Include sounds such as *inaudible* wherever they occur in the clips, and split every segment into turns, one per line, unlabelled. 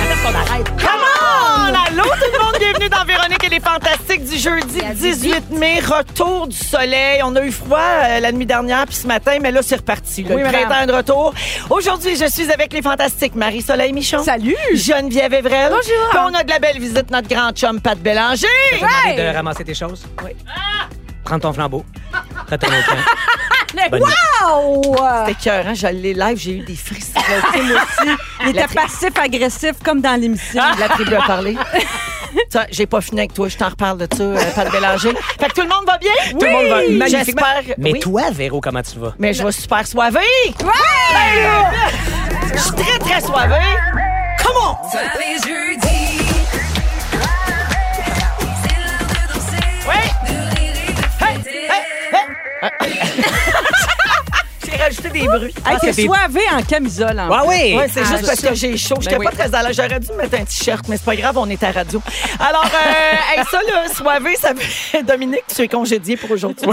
Come on! Allô tout le monde, bienvenue dans Véronique et les Fantastiques du jeudi 18 mai, retour du soleil. On a eu froid euh, la nuit dernière puis ce matin, mais là c'est reparti. Là.
Oui,
le
madame.
printemps est de retour. Aujourd'hui, je suis avec les Fantastiques Marie-Soleil Michon.
Salut!
Geneviève Evrel.
Bonjour.
Puis on a de la belle visite, notre grand chum Pat Bélanger.
Hey!
de ramasser tes choses. Ah!
Oui. Ah!
Prends ton flambeau. Retourne au camp.
*laughs*
Bonne nuit.
Wow!
C'était cœur, hein? J'allais live, j'ai eu des frissons. Tu sais, moi aussi,
Il
la tri-
était passif-agressif comme dans l'émission.
La tribu a
*laughs*
parlé. Ça, j'ai pas fini avec toi, je t'en reparle de ça, euh, Pat Bélanger. Fait que tout le monde va bien?
Tout le monde va magnifiquement.
J'espère.
Mais
oui.
toi, Véro, comment tu vas?
Mais je vais super soivée. Je suis très, très soivée. Come on! J'ai rajouté des bruits.
Hey,
Ah,
t'es
c'était-
soivé en camisole. En
Ah oui!
Ouais, c'est
Ah,
juste
je
parce
sais.
que j'ai chaud. J'étais
Ben
pas
oui.
très à l'aise. J'aurais dû me mettre un t-shirt, mais c'est pas grave, on est à radio. Alors, euh, hey, ça, le soivé, ça veut... *laughs* Dominique, tu es congédié pour
*laughs*
aujourd'hui.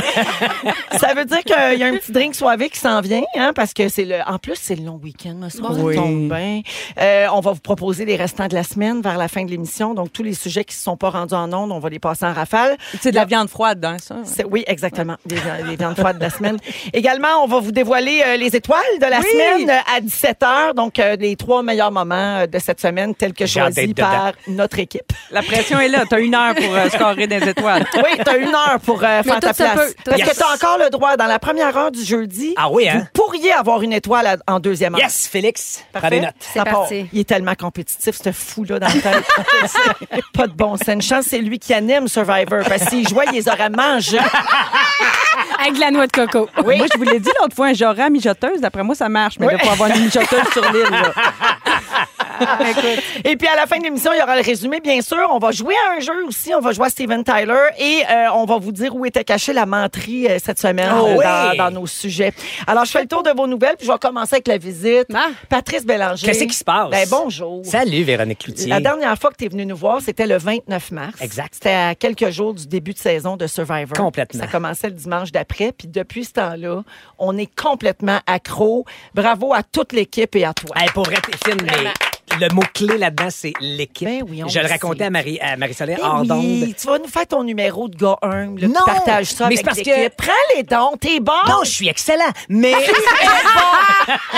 ça veut dire qu'il y a un petit drink soivé qui s'en vient, hein, parce que c'est le... En plus, c'est le long week-end, me semble.
Oui.
Ça tombe bien. Euh, on va vous proposer les restants de la semaine vers la fin de l'émission. Donc, tous les sujets qui ne se sont pas rendus en ondes, on va les passer en rafale.
C'est de la viande froide, hein, ça.
C'est- Oui, exactement. Les, les viandes froides de la semaine. Également, on va vous dévoiler euh, les étoiles de la
Oui.
semaine euh, à 17h. Donc, euh, les trois meilleurs moments euh, de cette semaine, tels que
J'ai hâte
choisis
d'être dedans.
par notre équipe. *laughs*
La pression est là. T'as une heure pour euh, scorer des étoiles.
Oui, t'as une heure pour euh, faire
tout
ta
se
place.
peut, tout
Parce
se
que t'as encore le droit, dans la première heure du jeudi,
Ah oui, hein?
vous pourriez avoir une étoile à- en deuxième heure.
Yes, Félix. Prends
Parfait.
des notes.
Ça part.
parti.
Il est tellement compétitif, ce fou-là, dans le
*laughs*
tête. pas de bon sens. Une chance, c'est lui qui anime Survivor. Parce que s'il jouait, il les aurait mangés.
Avec de la noix de coco.
Moi, je vous l'ai dit l'autre fois, un Joram mijoteuse. D'après moi, ça marche, mais de pas avoir une mijoteuse sur l'île. là. Ah,
Et puis à la fin de l'émission, il y aura le résumé, bien sûr. On va jouer à un jeu aussi. On va jouer à Steven Tyler et euh, on va vous dire où était cachée la menterie euh, cette semaine
Oh
euh,
oui!
dans, dans nos sujets. Alors, je fais le tour de vos nouvelles, puis je vais commencer avec la visite.
Ah.
Patrice Bélanger.
Qu'est-ce qui se passe?
Ben, bonjour.
Salut, Véronique Cloutier.
La dernière fois que tu es venu nous voir, c'était le 29 mars.
Exact.
C'était à quelques jours du début de saison de Survivor.
Complètement.
Ça commençait le dimanche d'après. Puis depuis ce temps-là, on est complètement accro. Bravo à toute l'équipe et à toi.
Hey, pour être fine, mais le mot-clé là-dedans, c'est l'équipe.
Ben oui, on
Je le
le
racontais
sait.
à Marie- à Marie-Soleil
Eh
hors
oui,
d'onde.
Tu vas nous faire ton numéro de gars humble. là, qui
Non,
partage ça
mais
avec
c'est parce que-
l'équipe. Prends les dons, t'es bon.
Non, je suis excellent,
*laughs*
mais. *laughs*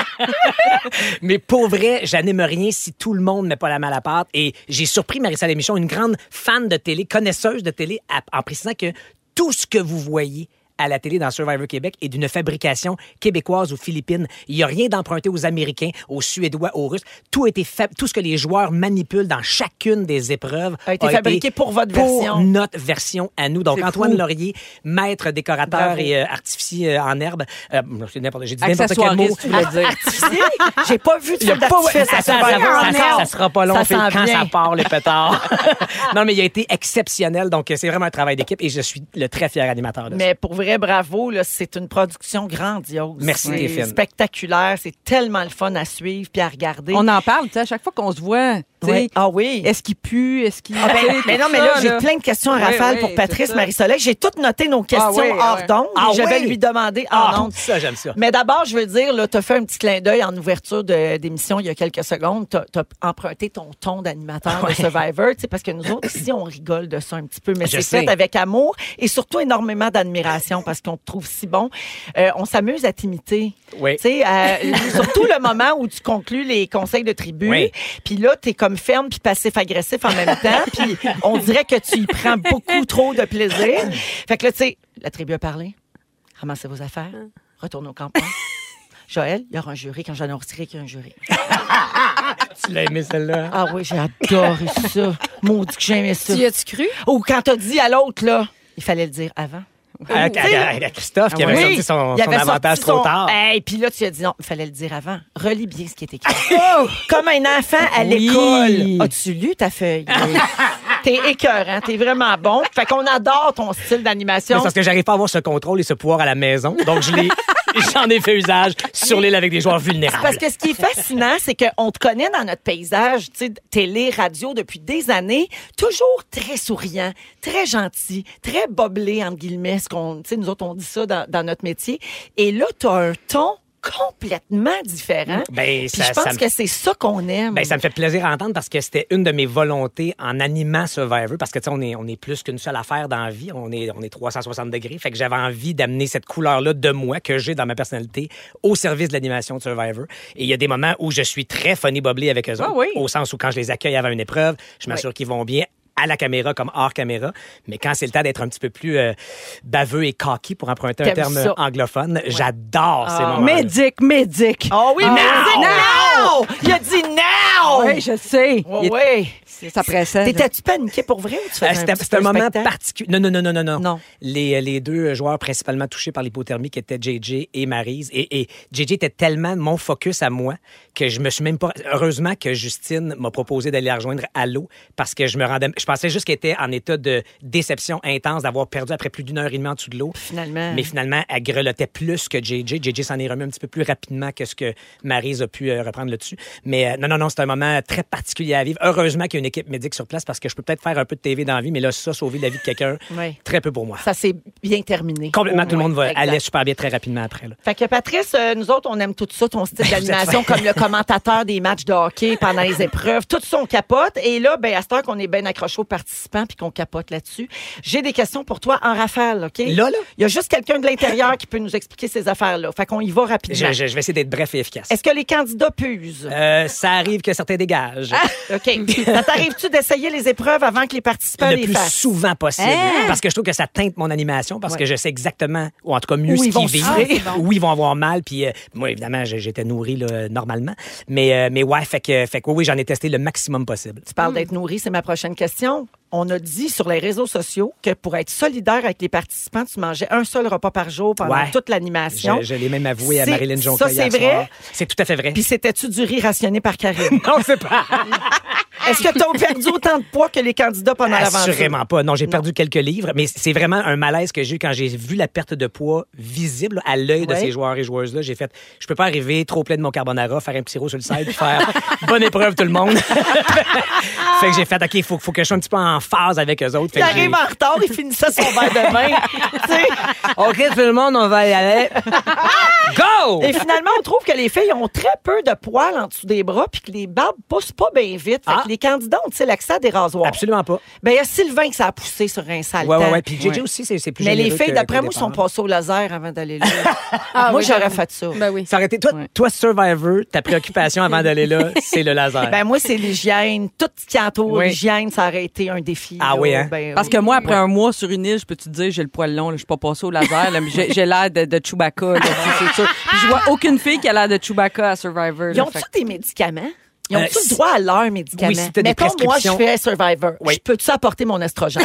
mais pour vrai, j'anime rien si tout le monde met pas la main à la pâte. Et j'ai surpris Marissa Lémichon, une grande fan de télé, connaisseuse de télé, à- en précisant que tout ce que vous voyez à la télé dans Survivor Québec est d'une fabrication québécoise ou philippine. Il n'y a rien d'emprunté aux Américains, aux Suédois, aux Russes. Tout, a été fa- tout ce que les joueurs manipulent dans chacune des épreuves
A été fabriqué pour votre version.
notre version à nous. Donc,
C'est
Antoine
fou.
Laurier, maître décorateur
Bravo.
et euh, artificier euh, en herbe. Euh, c'est n'importe- J'ai dit n'importe quel mot.
Accessoiriste, tu voulais dire.
Artificier? J'ai pas vu de
ah. Il y a
feu
pas-
d'artifice à
Attends, ça,
Survivor.
va- ça-
Non.
ça- ça sera pas long
Ça
Phil,
s'en
quand
vient.
ça part le pétard.
*laughs*
non, mais il a été exceptionnel. Donc, euh, c'est vraiment un travail d'équipe et je suis le très fier animateur de ça.
Mais pour vrai, bravo, là, c'est une production grandiose.
Merci, les
C'est
films.
spectaculaire, c'est tellement le fun à suivre puis à regarder.
On en parle, tu sais, à chaque fois qu'on se voit. tu sais,
Ouais. Ah oui.
Est-ce qu'il pue? Est-ce qu'il. tu
*laughs*
sais,
Ah, ben, mais
tout
non, mais là,
ça,
j'ai plein de questions à
Oui,
rafale
oui,
pour
c'est
Patrice
ça.
Marie-Soleil. J'ai toutes noté nos questions
oui, ah
hors
oui.
d'onde.
Ah
et je vais
oui?
lui demander en
Ah,
onde.
ça, j'aime ça.
Mais d'abord, je veux dire, là, t'as fait un petit clin d'œil en ouverture de- d'émission il y a quelques secondes. T'as as emprunté ton ton d'animateur de Survivor, tu sais, parce que nous autres, ici, on rigole de ça un petit peu, mais
Je
c'est
sais.
fait avec amour et surtout énormément d'admiration parce qu'on te trouve si bon. Euh, on s'amuse à t'imiter.
Oui.
Tu sais, euh, surtout le moment où tu conclus les conseils de tribu.
Oui.
Puis là, t'es comme ferme puis passif-agressif en même temps. Puis on dirait que tu y prends beaucoup trop de plaisir. Fait que là, tu sais, la tribu a parlé. Ramassez vos affaires. Retourne au
*laughs*
campement. Joël, il y aura un jury. Quand j'en ai qu'il y a un jury.
Tu l'as aimé, celle-là.
Ah oui, j'ai adoré ça. Maudit que j'aimais ça.
Tu y as-tu cru?
Ou quand t'as dit à l'autre, là, il fallait le dire avant.
À, à- à- à ah, Christophe qui avait
Ah Oui,
sorti son,
il
son
avait sorti
avantage trop
son-
tard.
Hey, puis là, tu as dit non, il fallait le dire avant. Relis bien ce qui est écrit. Comme un enfant à
Oui.
l'école. As-tu lu ta feuille? T'es écœurant. T'es vraiment bon. Fait qu'on adore ton style
Mais
d'animation.
c'est parce que j'arrive pas à avoir ce contrôle et ce pouvoir à la maison. Donc, je
*laughs*
l'ai- j'en ai fait usage sur l'île avec des joueurs vulnérables.
Parce que ce qui est fascinant, c'est qu'on te connaît dans notre paysage, tu sais, télé, radio, depuis des années, toujours très souriant, très gentil, très boblé, entre guillemets, ce qu'on, tu sais, nous autres, on dit ça dans, dans notre métier. Et là, tu as un ton complètement différent.
Ben,
Puis
ça-
je pense
ça me-
que c'est Mm. ça qu'on aime.
Ben, ça me fait plaisir à entendre parce que c'était une de mes volontés en animant Survivor. Parce que, tu sais, on est, on est plus qu'une seule affaire dans la vie. On est, on est 360 degrés. Fait que j'avais envie d'amener cette couleur-là de moi que j'ai dans ma personnalité au service de l'animation de Survivor. Et il y a des moments où je suis très funny boblé avec eux
Ah
autres.
oui.
Au sens où quand je les accueille avant une épreuve, je m'assure qu'ils vont bien à la caméra comme hors caméra. Mais quand c'est le temps d'être un petit peu plus euh, baveux et cocky, pour emprunter un
T'aimes
terme
ça. Ah,
anglophone, j'adore ces moments
Médic, Ah médic.
Oh oui, mais
now!
il a dit now! Il a dit now!
Oui, je sais.
Oh,
Il-
oui.
Ça pressait.
T'étais-tu paniqué pour vrai ou tu faisais
Euh,
un
C'était
petit
c'était un
peu
moment
spectacle?
particulier. Non, non, non, non, non, non.
Non.
Les, euh, les deux joueurs principalement touchés par l'hypothermie qui étaient JJ et Maryse. Et, et JJ était tellement mon focus à moi que je me suis même pas. Heureusement que Justine m'a proposé d'aller la rejoindre à l'eau parce que je me rendais. Je pensais juste qu'elle était en état de déception intense d'avoir perdu après plus d'une heure et demie en dessous de l'eau.
Finalement.
Mais finalement, elle grelottait plus que JJ. JJ s'en est remis un petit peu plus rapidement que ce que Maryse a pu euh, reprendre là-dessus. Mais euh, non, non, non, c'est un moment très particulier à vivre. Heureusement qu'il y a une équipe médique sur place parce que je peux peut-être faire un peu de TV dans la vie, mais là, ça, sauver la vie de quelqu'un,
*laughs* Oui.
très peu pour moi.
Ça s'est bien terminé.
Complètement,
Au
tout le
moins.
monde va
Exact.
aller super bien très rapidement après. là.
Fait que Patrice, euh, nous autres, on aime tout ça, ton
Ben,
style d'animation,
*laughs*
comme le commentateur des matchs de hockey pendant les épreuves. Tout ça, on capote. Et là, ben, à cette heure qu'on est bien accroché aux participants puis qu'on capote là-dessus, j'ai des questions pour toi en rafale, OK?
Là, là?
Il y a juste quelqu'un de l'intérieur qui peut nous expliquer ces affaires-là. Fait qu'on y va rapidement.
Je, je- je vais essayer d'être bref et efficace.
ben Est-ce que les candidats
*laughs*
pusent?
Euh, ça arrive que
*laughs*
certains dégagent.
OK. Ça t'arrive-tu d'essayer les épreuves avant que les participants
le
les
plus
fassent?
souvent possible.
Hein?
Parce que je trouve que ça teinte mon animation, parce que je sais exactement, ou en tout cas mieux,
Où
ce
ils vont
qu'ils vivent,
souffrir.
où ils vont avoir mal. Puis euh, moi, évidemment, j'ai- j'étais nourri là, normalement. Mais, euh, mais ouais, fait que, fait que oui, oui, j'en ai testé le maximum possible.
Tu parles d'être nourri, c'est ma prochaine question. On a dit sur les réseaux sociaux que pour être solidaire avec les participants, tu mangeais un seul repas par jour pendant
Ouais.
toute l'animation.
Je, je l'ai même avoué à
C'est-
Marilyn Jonca
Ça, c'est
hier
vrai.
soir. C'est tout à fait vrai. *laughs*
Puis c'était-tu du riz rationné par Karine?
non, c'est pas.
Est-ce que t'as perdu autant de poids que les candidats pendant l'aventure?
Assurément pas. Non, j'ai perdu quelques livres, mais c'est vraiment un malaise que j'ai eu quand j'ai vu la perte de poids visible là, à l'œil de
Ouais.
ces joueurs et joueuses-là. J'ai fait, je peux pas arriver trop plein de mon carbonara, faire un petit rose sur le side, puis faire *laughs* bonne épreuve tout le monde. *laughs* fait que j'ai fait, OK, il faut, faut que je sois un petit peu en phase avec eux autres. Fait
Il
que j'ai-
arrive en retard, il finissait son verre de
*laughs*
vin. Tu sais.
OK, tout le monde, on va
*laughs*
y aller. Go!
Et finalement, on trouve que les filles ont très peu de poils en dessous des bras puis que les barbes poussent pas bien vite. Fait
Ah.
que les candidats ont-ils accès à des rasoirs?
Absolument pas.
Ben, il y a Sylvain que ça a poussé sur un sale
Ouais, ouais,
temps.
ouais. Puis JJ aussi, c'est c'est plus
Mais les
généreux
filles,
que-
d'après
qu'au
moi,
départ.
sont passées au laser avant *laughs* d'aller là.
Ah
moi,
oui,
j'aurais
j'avoue.
fait ça.
Ben oui.
Ça aurait été- toi, toi, Survivor, ta préoccupation avant
*laughs*
d'aller là, c'est le laser.
Ben, moi, c'est l'hygiène. Tout ce qui entoure
Oui.
l'hygiène, ça aurait été un défi.
Ah
là.
oui, hein?
Ben
Parce
oui.
que moi, après un mois sur une île, je peux te dire, j'ai le poil long, là, je suis pas passée au laser, là, mais j'ai j'ai l'air de, de Chewbacca, là, c'est- c'est sûr. Puis je vois aucune fille qui a l'air de Chewbacca à Survivor. là,
Ils ont-tu
fait que-
des médicaments? Ils ont-tu
Euh,
le droit à leurs médicaments?
Oui, si t'as des
Mettons, moi, je
prescriptions.
fais Survivor.
Oui.
Je peux-tu apporter mon *laughs* estrogène?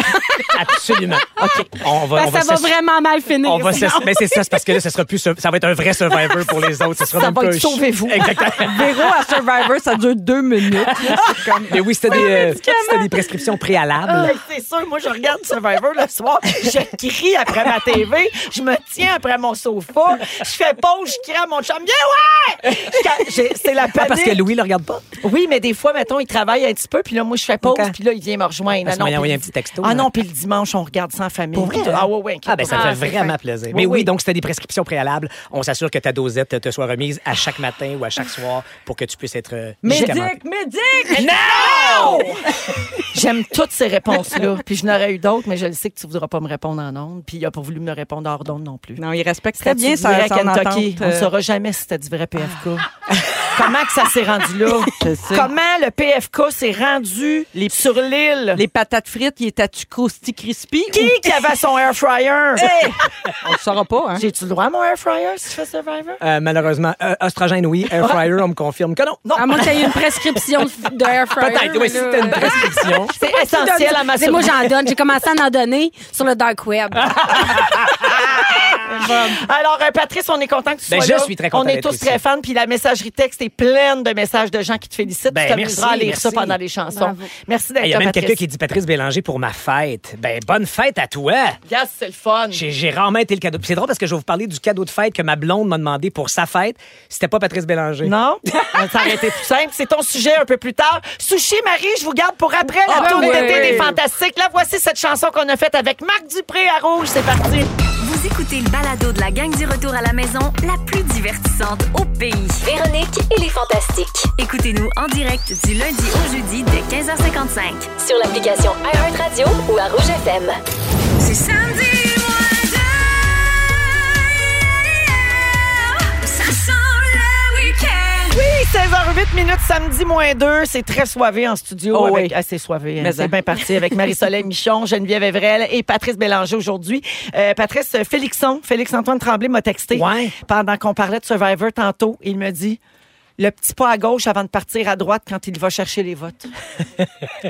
Absolument. OK. On va,
Ben,
on
ça va
s'ass-
vraiment mal finir.
On va se- mais c'est ça, c'est parce que là, ça sera plus, sur- ça va être un vrai survivor pour les autres. Ça sera
Ça
même
va
pas
être
un ch-
sauvez-vous.
Exactement.
Véro à Survivor, ça dure deux minutes. là, c'est
*laughs*
comme-
Mais oui, c'était des, euh, c'était des prescriptions préalables.
Hey, c'est sûr, moi, je regarde Survivor le soir, je crie après ma TV, je me tiens après mon sofa, je fais pause, je crie à mon chum, viens, ouais! Je ca- j'ai- C'est la panique.
Ah, parce que Louis le regarde pas.
Oui, mais des fois, mettons, il travaille un petit peu, puis là, moi, je fais pause,
Ok.
puis là, il vient me rejoindre.
Parce qu'on lui a
puis
envoyé
le
un
di-
petit texto,
Ah
là.
non, puis le dimanche, on regarde ça en famille. puis tout. Ah ouais, ouais.
Ah, ben, ça
Ah,
fait
c'est
vraiment
fin.
plaisir.
Oui,
Mais oui,
oui.
donc, c'était des prescriptions préalables. On s'assure que ta dosette te soit remise à chaque matin ou à chaque soir pour que tu puisses être euh, médicamentée.
Médic, médic!
Non!
J'aime toutes ces réponses-là. *laughs* Puis je n'aurais eu d'autres, mais je le sais que tu voudras pas me répondre en ondes. Puis il a pas voulu me répondre hors d'onde non plus.
Non, il respecte
C'était
très bien
du
ça.
vrai
son
Kentucky.
entente,
On ne
euh,
saura jamais si c'était du vrai PFK.
Ah.
*laughs* Comment que ça s'est rendu
*laughs*
là?
Je sais.
Comment le PFK s'est rendu sur l'île?
Les patates frites, il était tu crousti crispy?
Qui
ou-
*laughs*
qui avait son air fryer?
Eh!
On le saura pas, hein?
J'ai-tu le droit à mon air fryer si je fais Survivor?
Euh, malheureusement, euh, oestrogène, oui. Air fryer, on me confirme que non.
Non. *laughs*
Ah,
À moins que t'aies une prescription de de air fryer.
Peut-être, oui,
là,
si c'était une
*laughs*
euh,
prescription.
C'est essentiel à ma
Mais Moi, j'en donne. J'ai commencé à en donner sur le dark web.
*laughs* Alors, euh, Patrice, on est content que tu
Ben,
sois
je
là.
suis très content
On est
d'être
tous
ici.
très fans. Puis la messagerie texte est pleine de messages de gens qui te félicitent.
Ben,
tu t'amuseras à
merci,
lire ça
merci.
pendant les chansons.
Bravo.
Merci d'être
Il y a
là,
même quelqu'un
Patrice.
qui dit Patrice Bélanger pour ma fête. Ben, bonne fête à toi!
Yes, c'est le fun.
J'ai, j'ai rarement été le cadeau. Puis c'est drôle parce que je vais vous parler du cadeau de fête que ma blonde m'a demandé pour sa fête. C'était pas Patrice Bélanger.
Non, *laughs* ça aurait été tout simple. C'est ton sujet un peu plus tard. Sushi Marie, je vous garde pour après la
Ah,
tournée
oui.
d'été des Fantastiques. Là, voici cette chanson qu'on a faite avec Marc Dupré à Rouge. C'est parti.
Vous écoutez le balado de la gang du retour à la maison, la plus divertissante au pays.
Véronique et les Fantastiques.
Écoutez-nous en direct du lundi au jeudi dès 15h55.
Sur l'application iHeartRadio ou à Rouge FM.
C'est samedi, Ça sent le week-end.
Oui, 16h08 minutes, samedi moins 2. C'est très soivé en studio.
Oh
avec,
oui.
ah, c'est soivé. hein.
Mais
c'est
ça.
bien parti avec
*laughs*
Marie-Soleil Michon, Geneviève Evrel et Patrice Bélanger aujourd'hui. Euh, Patrice euh, Félixon, Félix-Antoine Tremblay m'a texté
Ouais.
pendant qu'on parlait de Survivor tantôt. Il me dit le petit pas à gauche avant de partir à droite quand il va chercher les votes.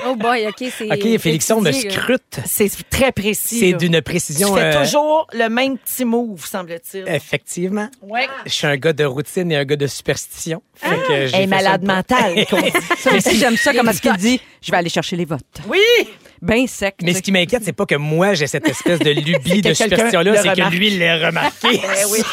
Oh boy, OK, c'est.
OK, Félixon me
étudié, là.
scrute.
C'est très précis.
C'est
là.
d'une
Tu
précision.
fais
euh,
toujours le même petit move, semble-t-il.
Effectivement.
Ouais.
Je suis un gars de routine et un gars de superstition. Fait que
Ah!
j'ai
Elle est
fait ça
malade
une fois. *laughs*
mentale. qu'on dit.
Mais si j'aime ça, comment est-ce qu'il dit? Je vais aller chercher les votes.
oui!
Ben sec.
Mais
tu
ce qui m'inquiète, c'est pas que moi j'ai cette
*laughs*
espèce de lubie de
quelqu'un
superstition-là,
le
c'est que
remarque.
lui il
*laughs*
l'a remarqué.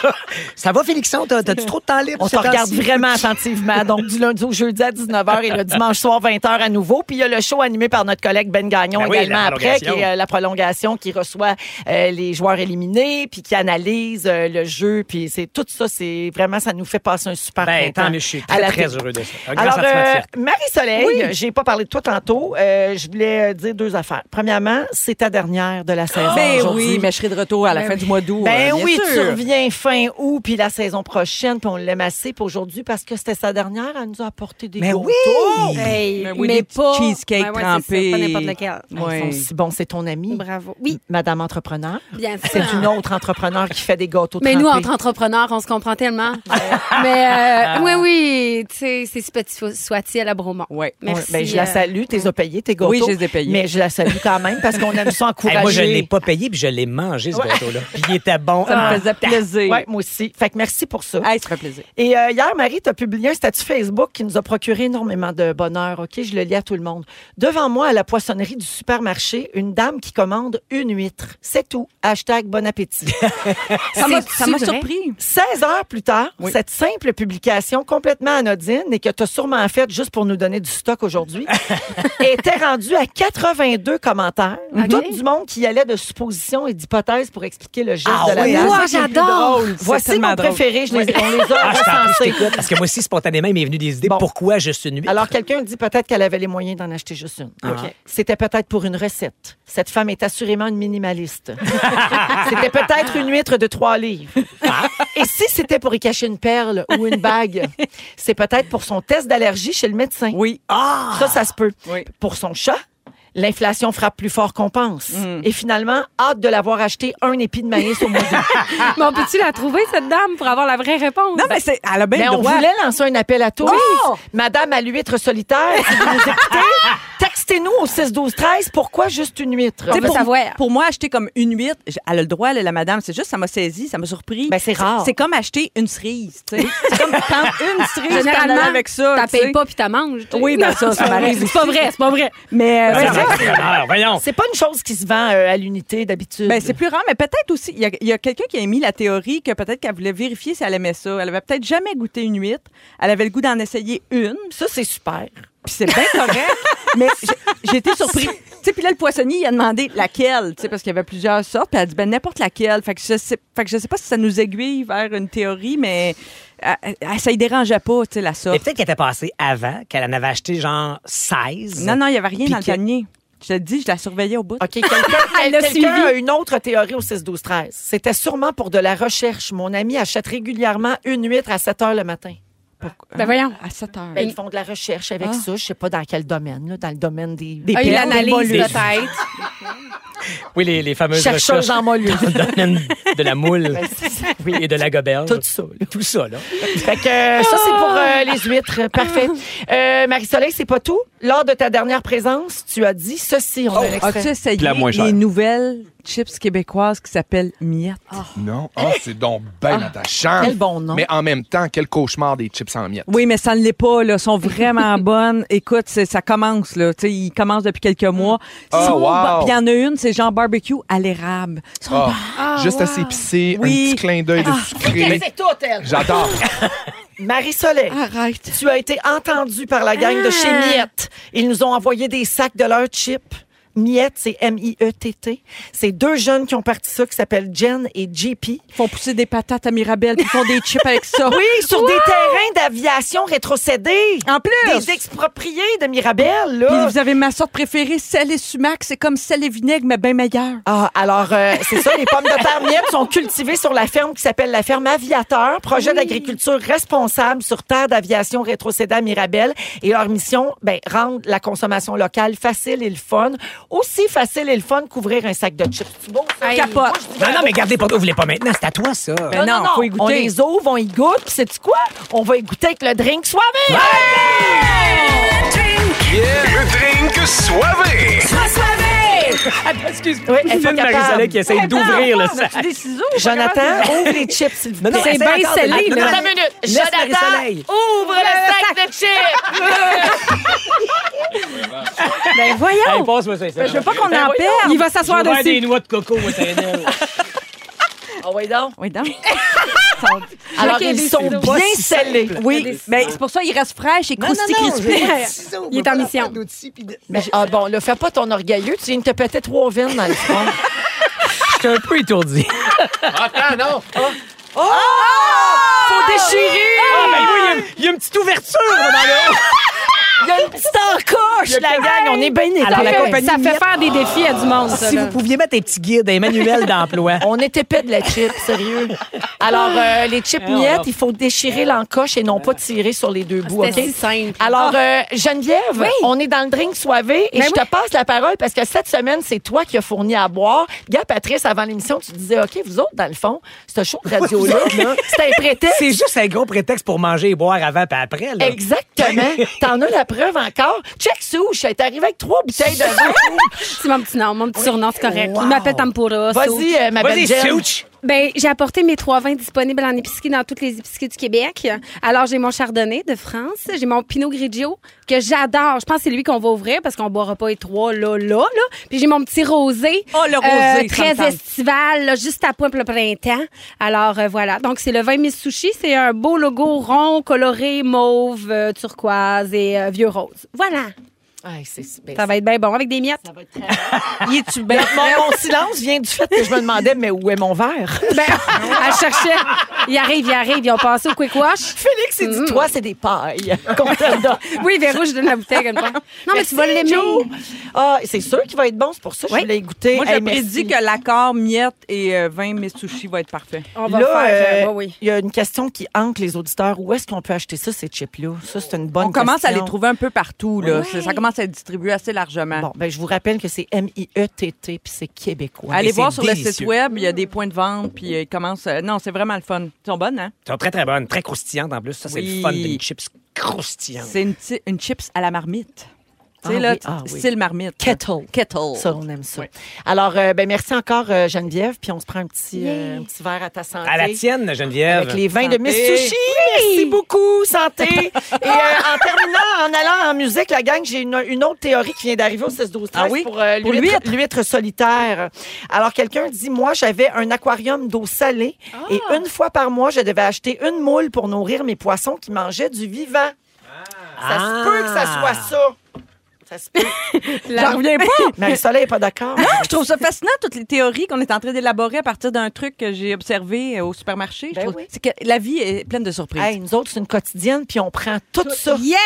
ça. Ça va, Félixon? T'as- T'as-tu trop de temps libre?
On
ces
te regarde
temps-ci?
vraiment
*laughs*
attentivement. Donc, du lundi au jeudi à 19h et le dimanche soir 20h à nouveau. Puis il y a le show animé par notre collègue Ben Gagnon
Ben oui,
également
la
après, qui
prolongation.
est euh, la prolongation, qui reçoit euh, les joueurs éliminés, puis qui analyse euh, le jeu. Puis c'est tout ça, c'est vraiment, ça nous fait passer un super
Ben,
printemps
tant mieux, je suis
à
très,
la
très
télé.
heureux de ça. Un grand
Alors,
sentiment de
euh,
fierté.
Marie-Soleil, j'ai pas parlé de toi tantôt. Euh, je voulais euh, dire deux affaires. Premièrement, c'est ta dernière de la
Ah,
saison
Ben
aujourd'hui.
oui, mais je serai de retour à la fin du mois d'août.
Ben
euh, bien
oui, tu
sûr.
reviens fin août, puis la saison prochaine, puis on l'aime assez pour aujourd'hui parce que c'était sa dernière. Elle nous a apporté des
Mais
gâteaux.
Ben oui!
Hey,
Mais
mais,
oui, des petits
pas.
cheesecake
Ouais, ouais, c'est
trempés.
ça, Pas n'importe lequel.
Ils
Ouais.
sont si bons, c'est ton ami.
Bravo. Oui,
Madame entrepreneur.
bien sûr.
C'est une autre entrepreneur qui fait des gâteaux
Ah. Mais nous,
trempés.
entre entrepreneurs, on se comprend tellement. *laughs* mais
Ah.
euh, oui, oui, tu sais, c'est si petit fo- soit-il à Bromont.
Ouais.
Merci.
Ben, je la
euh,
salue, t'es as payé tes gâteaux.
Oui, je les ai payés.
Mais je la salue quand même parce qu'on aime
*laughs*
ça
Hey,
encourager.
moi, je ne l'ai pas payé, puis je l'ai mangé, ce gâteau-là.
*laughs*
Puis il était bon.
Ça
Ah.
me faisait plaisir.
Ouais, moi aussi. Fait que merci pour ça.
Hey, ça fait plaisir.
Et euh, hier, Marie, tu as publié un statut Facebook qui nous a procuré énormément de bonheur. OK, je le lis à tout le monde. Devant moi, à la poissonnerie du supermarché, une dame qui commande une huître. C'est tout. Hashtag bon appétit.
*laughs*
Ça m'a-
C'est-tu
ça m'a
vrai?
surpris.
16 heures plus tard, cette simple publication complètement anodine et que tu as sûrement faite juste pour nous donner du stock
*laughs*
aujourd'hui était rendue à 82 commentaires.
Ah
Tout du monde qui allait de suppositions et d'hypothèses pour expliquer le geste
Ah
de la
oui,
dame.
hein?
C'est
Wow,
plus
j'adore.
drôle.
C'est
Voici
tellement
mon
drôle.
préféré. Je les, on les a
Ah, je t'en prie, je
recensés.
t'écoute, parce que moi aussi, spontanément, il m'est venu des idées.
Bon.
Pourquoi juste une huître?
Alors, quelqu'un dit peut-être qu'elle avait les moyens d'en acheter juste une.
OK.
C'était peut-être pour une recette. Cette femme est assurément une minimaliste. c'était peut-être une huître de trois livres. Et si c'était pour y cacher une perle ou une bague, c'est peut-être pour son test d'allergie chez le médecin.
Oui.
Ah!
Ça, ça se peut.
Oui.
Pour son chat, l'inflation frappe plus fort qu'on pense. Et finalement, hâte de l'avoir acheté un épi de maïs au mois d'août.
Mais on peut-tu la trouver, cette dame, pour avoir la vraie réponse?
Non, mais c'est, elle a bien
Mais
le
Ben, on
droit.
voulait lancer un appel à tous.
Oui.
Madame à l'huître solitaire, si vous nous écoutez, *laughs* textez-nous au 6 12 13 pourquoi juste une huître.
Tu sais,
veut
pour,
savoir.
pour moi, acheter comme une huître, j- elle a le droit, là, la madame. C'est juste, ça m'a saisi, ça m'a surpris.
Ben, c'est rare.
C'est comme acheter une cerise, tu sais. C'est comme prendre une cerise, t'en aller
Généralement,
avec ça.
t'as
tu sais.
payes pas puis t'as manges. tu sais.
Oui, ben ça, ça m'arrive
*laughs* C'est pas vrai, c'est pas vrai.
Mais euh,
Ben,
c'est ça.
entrepreneur, voyons.
C'est pas une chose qui se vend euh, à l'unité d'habitude.
Ben, c'est plus rare, mais peut-être aussi, il y a, il y a quelqu'un qui a émis la théorie que peut-être qu'elle voulait vérifier si elle aimait ça. Elle avait peut-être jamais goûté une huître. Elle avait le goût d'en essayer une,
ça, c'est super.
puis c'est bien
*laughs*
correct. mais j'ai- j'ai été surpris. Tu sais, puis là, le poissonnier, il a demandé laquelle, tu sais, parce qu'il y avait plusieurs sortes, puis elle a dit, ben, n'importe laquelle. Fait que, je sais, fait que je sais pas si ça nous aiguille vers une théorie, mais euh, euh, ça y dérangeait pas, tu sais, la
Mais
sorte.
peut-être qu'elle était passée avant, qu'elle en avait acheté genre 16.
Non, non, il y avait rien dans le
Piquet.
panier. Je te dis, je la surveillais au bout.
OK, *laughs* quelqu'un
Elle l'a
quelqu'un
suivi.
a une autre théorie au 6 12 13. C'était sûrement pour de la recherche. Mon ami achète régulièrement une huître à 7 heures le matin.
Ben voyons.
À 7 heures.
Ben, ils font de la recherche avec ça, je sais pas dans quel domaine, là, dans le domaine des,
Des
Ah, il
perles,
analyse
des mollusques.
peut-être.
Oui, les, les fameuses
Chercheuse
recherches
en moelle.
dans le domaine de la moule
Oui.
et de la goberge. *laughs*
Tout ça, là.
Tout ça, là.
Fait que euh, ça, c'est pour euh, les huîtres. Parfait. Euh, Marie-Soleil, c'est pas tout. Lors de ta dernière présence, tu as dit ceci. On a l'extrait.
As-tu essayé
La moins chère.
les nouvelles chips québécoises qui s'appellent miettes?
Non. Ah, c'est donc ben dans ta chambre.
quel bon nom.
Mais en même temps, quel cauchemar des chips en miettes.
Oui, mais ça ne l'est pas, là. sont
*laughs*
vraiment bonnes. Écoute, c'est- ça commence, là. Tu sais, ils commencent depuis quelques
Mm.
mois.
Ah,
Oh,
Sont
wow.
bo- Puis il y en a une, c'est genre barbecue à l'érable. Sont
Ah,
Ah,
juste
wow.
assez épicé,
Oui.
un petit clin d'œil
Ah.
de sucré.
C'est tout, elle.
J'adore.
Marie-Soleil.
Arrête.
Tu as été entendue par la gang de chez
Ah.
Miette. Ils nous ont envoyé des sacs de leurs chips. Miette, c'est M-I-E-T-T. C'est deux jeunes qui ont parti ça qui s'appellent Jen et JP.
Ils font pousser des patates à Mirabelle, puis ils font des chips avec
*laughs*
ça.
Oui, sur des terrains d'aviation rétrocédés.
En plus!
Des expropriés de Mirabelle, là.
Ah.
Puis vous avez ma sorte préférée, celle et sumac. C'est comme celle et vinaigre, mais bien meilleure.
Ah, alors, euh, c'est ça, les pommes de terre miettes sont cultivées sur la ferme qui s'appelle la ferme Aviateur, projet d'agriculture responsable sur terre d'aviation rétrocédée à Mirabel. Et leur mission, ben, rendre la consommation locale facile et le fun. Aussi facile et le fun qu'ouvrir un sac de chips. C'est bon, ça?
Hey.
Capote.
Non, non, mais gardez pas. Vous voulez pas maintenant. C'est à toi, ça.
Ben non, faut y goûter.
On les ouvre, on y goûte, puis sais-tu quoi? On va y goûter avec le drink soirée.
Le drink soivé.
Excuse-moi.
Oui,
Il y a
elle
une
est pas
Marie-Soleil
capable.
qui essaye d'ouvrir le sac.
Des ciseaux?
Jonathan, ouvre les chips, s'il vous
Non, non,
plaît.
essaye
bien
encore de-
scellé,
Attends,
là.
attends,
Attends
minute. Laisse Marie-Soleil.
ouvre le sac de chips!
Ben voyons!
Hey, passe-moi ça, ça.
Je veux pas qu'on en perde.
Ben Il va s'asseoir
Je vais des
dessus.
noix de coco, moi, ça énerve.
Ah oui, donc.
Oui,
*laughs*
donc.
Alors,
qu'il y a
ils
des
sont
ciseaux.
bien scellés.
Oui, mais c'est pour ça qu'ils restent fraîches et croustilles crispés.
Il est en mission.
Mais, ah bon, là, fais pas ton orgueilleux. Tu viens de te péter trois veines dans le front.
J'étais un peu étourdi.
Attends, non.
Faut déchirer!
Oh! Ah, ben oui, il y a une- il y, a une petite ouverture là, dans le haut.
Il y a une petite encoche, la gang. On est bien étonnés.
Alors, la compagnie
Ça fait faire des défis à du monde,
Ah,
ça.
Si
là.
vous pouviez mettre *laughs* des petits guides, des manuels d'emploi.
On est épais de la chip, sérieux. Alors, euh, les chips
on
miettes,
a-
il faut déchirer l'encoche et non pas tirer sur les deux bouts, OK?
C'était si simple.
Alors, euh, Geneviève, on est dans le drink soivé et
Ben
je te passe la parole parce que cette semaine, c'est toi qui as fourni à boire. Gars, Patrice, avant l'émission, tu disais, OK, vous autres, dans le fond, ce show de radio-là, là, c'est un prétexte.
C'est juste un gros prétexte pour manger et boire avant et après. Là.
*laughs* Exactement. T'en as la preuve encore. Check souche, elle est arrivée avec trois bouteilles de vin.
C'est mon petit nom, mon petit surnom, c'est correct.
Wow.
Il m'appelle Tampura.
Vas-y, euh, ma belle
Vas-y,
Jen.
Such.
Ben, j'ai apporté mes trois vins disponibles en épicerie dans toutes les épiceries du Québec. Alors, j'ai mon Chardonnay de France, j'ai mon Pinot Grigio que j'adore. Je pense que c'est lui qu'on va ouvrir parce qu'on boira pas les trois là, là, là. Puis j'ai mon petit rosé. euh,
Oh, le rosé, ça me
très
tente.
estival, là, juste à point pour le printemps. Alors, euh, voilà. Donc, c'est le vin Mitsushi. C'est un beau logo rond, coloré, mauve, euh, turquoise et euh, vieux rose. Voilà.
Ay, c'est ben, si bien.
Ça va être bien bon avec des miettes.
Il est-tu bien?
Mon, mon silence vient du fait que je me demandais, mais où est mon verre? *laughs*
Ben, *laughs* elle cherchait. Il arrive, il arrive. Ils ont passé au quick wash.
Félix, il dit, toi, c'est des pailles. *laughs* Contendant.
*laughs* Oui, Véro, je donne la bouteille comme ça. Non, mais tu vas l'aimer.
Joe. Ah, c'est sûr qu'il va être bon. C'est pour ça que
Oui.
je voulais y goûter.
Moi,
Hey,
j'ai
merci.
prédit que l'accord miette et euh, vin mes sushis va être parfait.
On va
Là,
faire.
euh,
euh, oui, oui.
il y a une question qui hante les auditeurs. Où est-ce qu'on peut acheter ça, ces chips-là? Ça, c'est une bonne
On commence à
question.
les trouver un peu partout. Là. Ça- Ça commence à être distribué assez largement.
Bon, ben, je vous rappelle que c'est M-I-E-T-T, puis c'est québécois.
Allez
Et c'est
voir sur le
délicieux.
site web, il y a des points de vente, puis euh, ils commencent. euh, non, c'est vraiment le fun. Ils sont bonnes, hein?
Ils sont très, très bonnes, très croustillantes en plus. Ça, c'est
Oui.
le fun d'une chips croustillante.
C'est une, ti- une chips à la marmite. Tu sais,
Ah
là,
oui, ah oui.
style marmite.
Kettle.
Kettle.
Ça, on aime ça. Alors, euh, ben, merci encore, euh, Geneviève. Puis on se prend un petit, euh, un petit verre à ta santé.
À la tienne, Geneviève.
Avec les vins de Miss
Santé.
Sushi. Merci beaucoup.
*laughs*
Santé. Et euh, en terminant, en allant en musique, la gang, j'ai une, une autre théorie qui vient d'arriver au 16-12-13
Ah oui?
pour, euh,
Pour
l'huître l'huître solitaire. Alors, quelqu'un dit, moi, j'avais un aquarium d'eau salée et
Ah!
une fois par mois, je devais acheter une moule pour nourrir mes poissons qui mangeaient du vivant. Ça
Ah!
se peut que ça soit ça. Ça se
*laughs*
peut.
J'en *laughs* reviens pas!
Marie-Soleil n'est pas d'accord.
Ah! Je trouve ça fascinant, toutes les théories qu'on est en train d'élaborer à partir d'un truc que j'ai observé euh, au supermarché. Je
Ben
trouve-
oui.
C'est que la vie est pleine de surprises.
Hey, nous autres, c'est une quotidienne, puis on prend tout ça.
Yeah!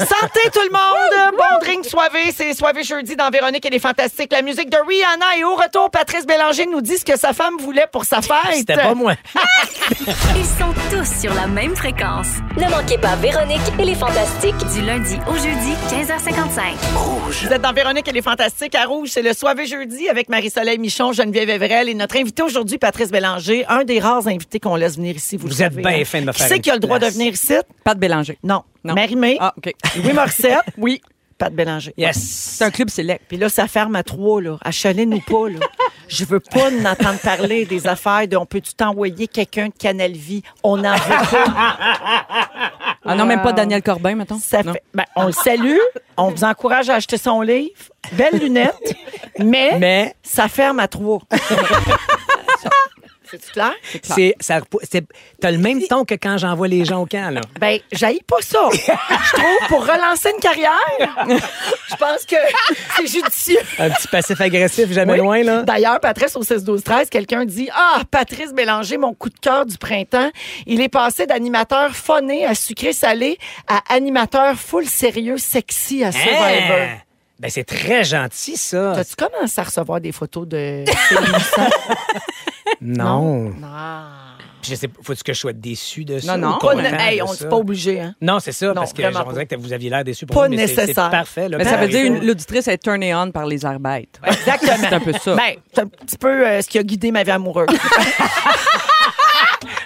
Santé tout le monde! Bon drink soivé, c'est soivé jeudi dans Véronique et les Fantastiques. La musique de Rihanna et au retour, Patrice Bélanger nous dit ce que sa femme voulait pour sa fête.
C'était
*laughs*
pas moi.
Ils sont tous sur la même fréquence.
Ne manquez pas Véronique et les Fantastiques.
Du lundi au jeudi, 15h55.
Vous êtes dans Véronique, elle est fantastique. À Rouge, c'est le Soivé Jeudi avec Marie-Soleil Michon, Geneviève Evrel et notre invité aujourd'hui, Patrice Bélanger, un des rares invités qu'on laisse venir ici. Vous, le
Vous êtes
savez,
bien
hein.
fin de me
Qui
faire
c'est
une
qui a le droit
place.
de venir ici?
Pat Bélanger.
Non.
Non.
Marie-Mé,
Ah, OK.
Louis Morissette,
*laughs*
Oui.
Pat Bélanger.
Yes.
C'est un club sélect.
Puis là, ça ferme à trois, là. Achalez-nous pas, là. Je veux pas n'entendre parler des affaires de on peut-tu t'envoyer quelqu'un de Canal Vie? On en veut pas.
Ah non, même pas Daniel Corbin, mettons.
Ça
Non.
fait- ben, on le salue. On vous encourage à acheter son livre. Belle lunette. Mais,
Mais
ça ferme à trois. C'est clair?
c'est ça repou- c'est- t'as le même ton que quand j'envoie les gens au camp là.
Ben, j'haïs pas ça. Je trouve, pour relancer une carrière, je pense que c'est judicieux.
Un petit passif agressif jamais
Oui.
loin là.
D'ailleurs, Patrice, au 16-12-13, quelqu'un dit « Ah, Patrice Bélanger, mon coup de cœur du printemps. Il est passé d'animateur phoné à sucré-salé à animateur full sérieux sexy à Survivor.
Hein? Ben c'est très gentil ça.
T'as-tu commencé à recevoir des photos
*laughs*
de Céline Sciamma?
Non.
Ah.
Je sais, faut-tu que je sois déçu de ça
Non, non.
ou
Pas
content
ne- hey,
de
on n'est
ça?
pas obligé, hein?
Non, c'est ça,
Non,
parce que
vraiment
on dirait que vous aviez l'air déçu pour
Pas
nous, mais c'est-
nécessaire.
C'est parfait. là.
Mais ça veut dire
Parfait.
une- l'auditrice est turnée on par les arbêtes.
Exactement.
C'est un peu ça.
Ben, c'est un petit peu euh, ce qui a guidé ma vie
*laughs*
amoureuse.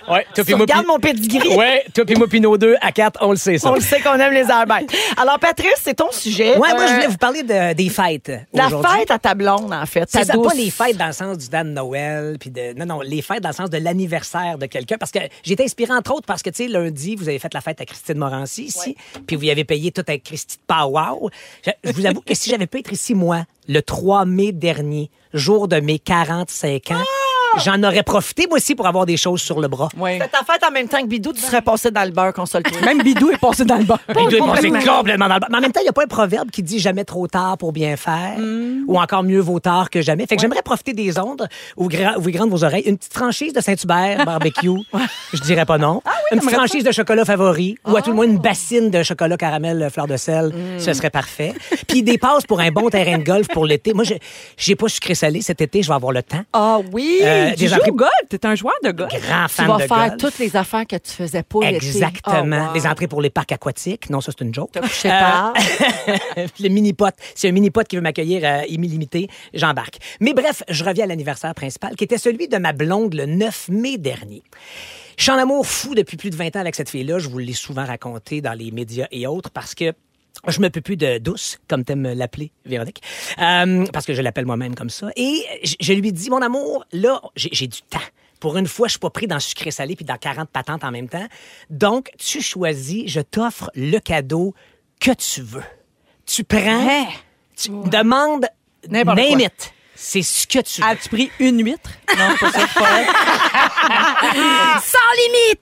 Ouais, toi
Tu
puis moi,
regardes
puis-
mon pedigree.
Ouais, toi puis moi puis nos deux à quatre, on le sait ça.
On le sait qu'on aime les arbêtes. Alors, Patrice, c'est ton sujet.
Ouais, moi je
Euh,
voulais vous parler de- des fêtes.
La
aujourd'hui.
fête à ta blonde, en fait.
C'est
Ta
ça,
douce.
pas les fêtes dans le sens du temps de Noël, puis de... Non, non, les fêtes dans le sens de l'anniversaire de quelqu'un. Parce que j'ai été inspiré, entre autres, parce que, tu sais, lundi, vous avez fait la fête à Christine Morancy ici, puis vous y avez payé tout avec Christy de Powwow. Je, je vous avoue que si j'avais pu être ici, moi, le 3 mai dernier, jour de mes 45 ans, j'en aurais profité, moi aussi, pour avoir des choses sur le bras.
Oui.
Fais ta fête en même temps que Bidou, tu serais passé dans le beurre, console-toi.
Même Bidou est passé dans le bain.
Et toi, c'est complètement dans le bas. Mais en même temps, il n'y a pas un proverbe qui dit jamais trop tard pour bien faire,
Mm.
ou encore mieux vaut tard que jamais. Fait que j'aimerais profiter des ondes, ouvrir, ouvrir grandes vos oreilles. Une petite franchise de
*laughs*
Saint-Hubert, barbecue, je dirais pas non.
Ah
une petite franchise de chocolat favori, ou à tout le moins
Oh.
une bassine de chocolat caramel euh, fleur de sel,
Mm.
ce serait parfait. Puis des passes pour un bon terrain de golf pour l'été. Moi, je j'ai pas sucré salé cet été, je vais avoir le temps.
Ah oui!
Euh,
Tu
déjà
joues
pris-
au golf? T'es un joueur de golf?
Grand
tu
fan
vas
de
faire
golf.
toutes les affaires que tu faisais pas l'été.
Exactement.
Oh, wow.
Les entrées pour les parcs aquatiques. Non, ça, c'est une joke.
T'as
Euh,
couché tard.
*laughs* le mini-pot. C'est un mini-pot qui veut m'accueillir à illimité. J'embarque. Mais bref, je reviens à l'anniversaire principal, qui était celui de ma blonde le 9 mai dernier. Je suis en amour fou depuis plus de 20 ans avec cette fille-là. Je vous l'ai souvent raconté dans les médias et autres parce que je me peux plus de douce, comme t'aimes l'appeler, Véronique, Euh, parce que je l'appelle moi-même comme ça. Et je- je lui dis, mon amour, là, j'ai j'ai du temps. Pour une fois, je suis pas pris dans sucré-salé puis dans 40 patentes en même temps. Donc, tu choisis, je t'offre le cadeau que tu veux. Tu prends,
Hein?
tu demandes,
N'importe
name
quoi.
it. C'est ce que tu veux.
As-tu pris une huître? Non, c'est pas ça. c'est pas vrai.
Sans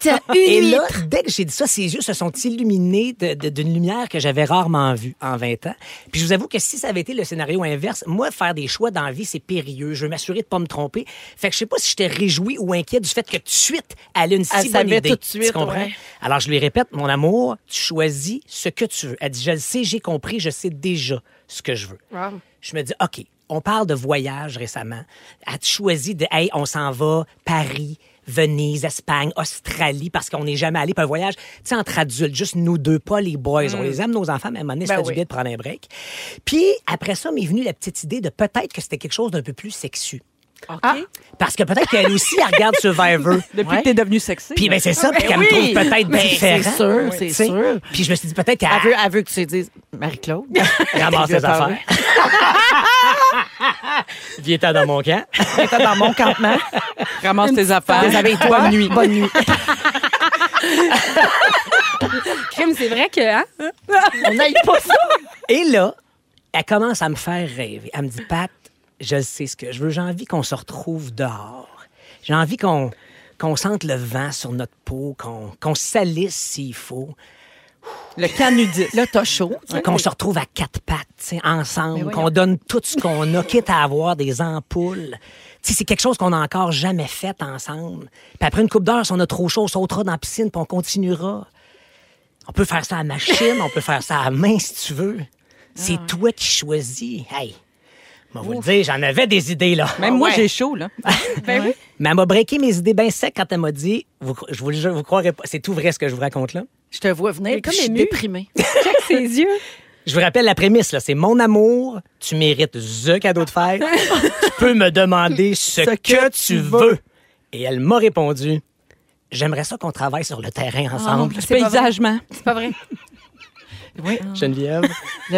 limite! Une
Et là,
huître.
dès que j'ai dit ça, ses yeux se sont illuminés de- de- d'une lumière que j'avais rarement vue en 20 ans. Puis je vous avoue que si ça avait été le scénario inverse, moi, faire des choix dans la vie, c'est périlleux. Je veux m'assurer de pas me tromper. Fait que je sais pas si j'étais réjoui ou inquiet du fait que tout de suite, elle a une si
Elle
bonne
savait
idée.
tout de suite,
Tu comprends?
ouais.
Alors, je lui répète, mon amour, tu choisis ce que tu veux. Elle dit, je le sais, j'ai compris, je sais déjà ce que je veux.
Wow.
Je me dis, OK, on parle de voyage récemment. Elle choisi de, hey, on s'en va, Paris, Venise, Espagne, Australie, parce qu'on n'est jamais allé. Puis un voyage, tu sais, entre adultes, juste nous deux, pas les boys. On les aime, nos enfants, mais à un moment donné, ça fait du bien de prendre un break. Puis après ça, m'est venue la petite idée de peut-être que c'était quelque chose d'un peu plus sexu. Ah, parce que peut-être qu'elle aussi, elle regarde Survivor.
Depuis que t'es devenu sexy.
Puis ben c'est ça, puis qu'elle
oui.
me trouve peut-être
Ben,
différent.
c'est sûr,
tu
c'est
sais.
sûr.
Puis je me suis dit peut-être qu'elle
Elle veut, elle veut que tu lui dises *laughs* Marie-Claude.
ramasse
Elle veut hein.
ses affaires. Viens-t'en dans mon camp.
parler. T'es dans mon campement.
Ramasse tes affaires.
Déshabille-toi. Bonne nuit. Bonne nuit.
*laughs* Crime, c'est vrai que, hein?
*laughs* On n'aille pas ça.
Et là, elle commence à me faire rêver. Elle me dit, Pat, je sais ce que je veux. J'ai envie qu'on se retrouve dehors. J'ai envie qu'on qu'on sente le vent sur notre peau, qu'on qu'on salisse s'il faut,
Le canudis.
Là, t'as chaud.
qu'on se retrouve à quatre pattes, tu sais, ensemble,
voyons.
qu'on donne tout ce qu'on a, quitte à avoir des ampoules. Tu sais, c'est quelque chose qu'on n'a encore jamais fait ensemble. Puis après une coupe d'heure, si on a trop chaud, on sautera dans la piscine, puis on continuera. On peut faire ça à la machine, on peut faire ça à la main si tu veux. C'est toi qui choisis. Hey, moi, vous le dire, j'en avais des idées, là.
Même moi, j'ai
*laughs*
chaud, là.
Ben
Mais elle m'a breaké mes idées bien secs quand elle m'a dit, vous, cro- je vous le jure, vous croirez pas, c'est tout vrai ce que je vous raconte là.
Je te vois venir, puis
comme
je suis
émue.
déprimée.
Check ses yeux.
Je vous rappelle la prémisse, là. C'est mon amour, tu mérites the cadeau de fête. tu peux me demander ce,
Ce
que,
que
tu
tu
veux.
veux.
Et elle m'a répondu, j'aimerais ça qu'on travaille sur le terrain ensemble.
c'est pas vrai.
Paysagement.
C'est pas vrai.
Oui.
Geneviève,
Le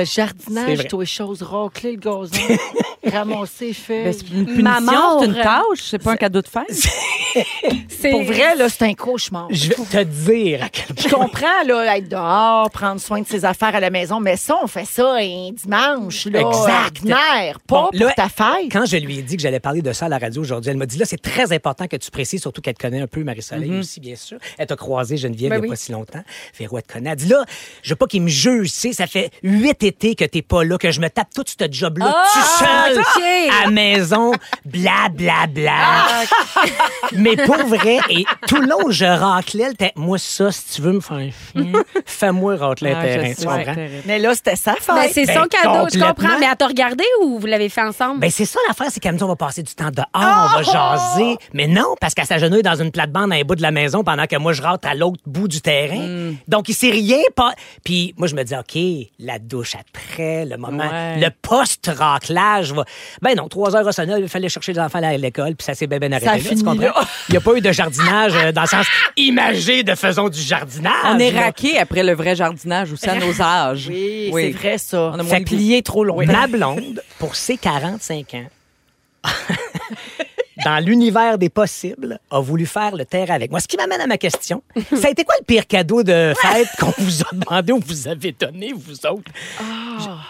C'est
jardinage,
vrai.
toi, les choses, racler le gazon, *laughs* ramasser les
Ben,
feuilles.
c'est une
Ma
punition,
mort.
c'est une tâche, euh, c'est pas un cadeau de fête.
C'est
Pour vrai, là, c'est un cauchemar.
je vais te dire à quel
Je
point.
comprends, là, être dehors, prendre soin de ses affaires à la maison, mais ça, on fait ça un dimanche, là.
Exact.
ordinaire,
Bon,
pas
là,
pour ta fête.
Quand je lui ai dit que j'allais parler de ça à la radio aujourd'hui, elle m'a dit là, c'est très important que tu précises, surtout qu'elle te connaît un peu, Marie-Soleil aussi, bien sûr. Elle t'a croisé, Geneviève,
Ben
il n'y a
oui.
pas si longtemps. Véro, elle te connaît. Elle dit là, je veux pas qu'il me juge, tu sais, ça fait huit étés que t'es pas là, que je me tape tout ce job-là, tout seul,
ok.
à maison, bla, bla, bla. Mais pour vrai, et tout le long, je raclais le terrain. Moi, ça, si tu veux me faire chier, fais-moi racler le
Ah, je
terrain,
sais,
tu
ouais.
comprends?
Mais là, c'était sa fête.
Ben, c'est
Ben,
son cadeau, je
complètement.
comprends. Mais elle t'a regardé ou vous l'avez fait ensemble?
Ben c'est ça l'affaire, c'est qu'elle me dit on va passer du temps dehors, on va jaser. Mais non, parce qu'elle s'agenouille dans une plate-bande à un bout de la maison pendant que moi je rentre à l'autre bout du terrain. Donc il s'est rien pas. Puis moi je me dis ok, la douche après, le moment,
Ouais.
le post-raclage va. Ben non, trois heures à sonner, il fallait chercher les enfants à l'école, puis ça s'est bien, bien arrêté.
Ça
là,
a
tu
fini
comprends?
là.
Il n'y a pas eu de jardinage euh, dans le sens imagé de faisons du jardinage.
On est
là.
raqué après le vrai jardinage aussi à *laughs* nos âges.
Oui, c'est vrai, ça.
On a moins
Fait
le
que
goût.
lié trop loin.
Ma blonde, pour ses 45 ans, *laughs* dans l'univers des possibles, a voulu faire le terre avec moi. Ce qui m'amène à ma *laughs* question. Ça a été quoi le pire cadeau de *laughs* fête qu'on vous a demandé ou vous avez donné, vous autres?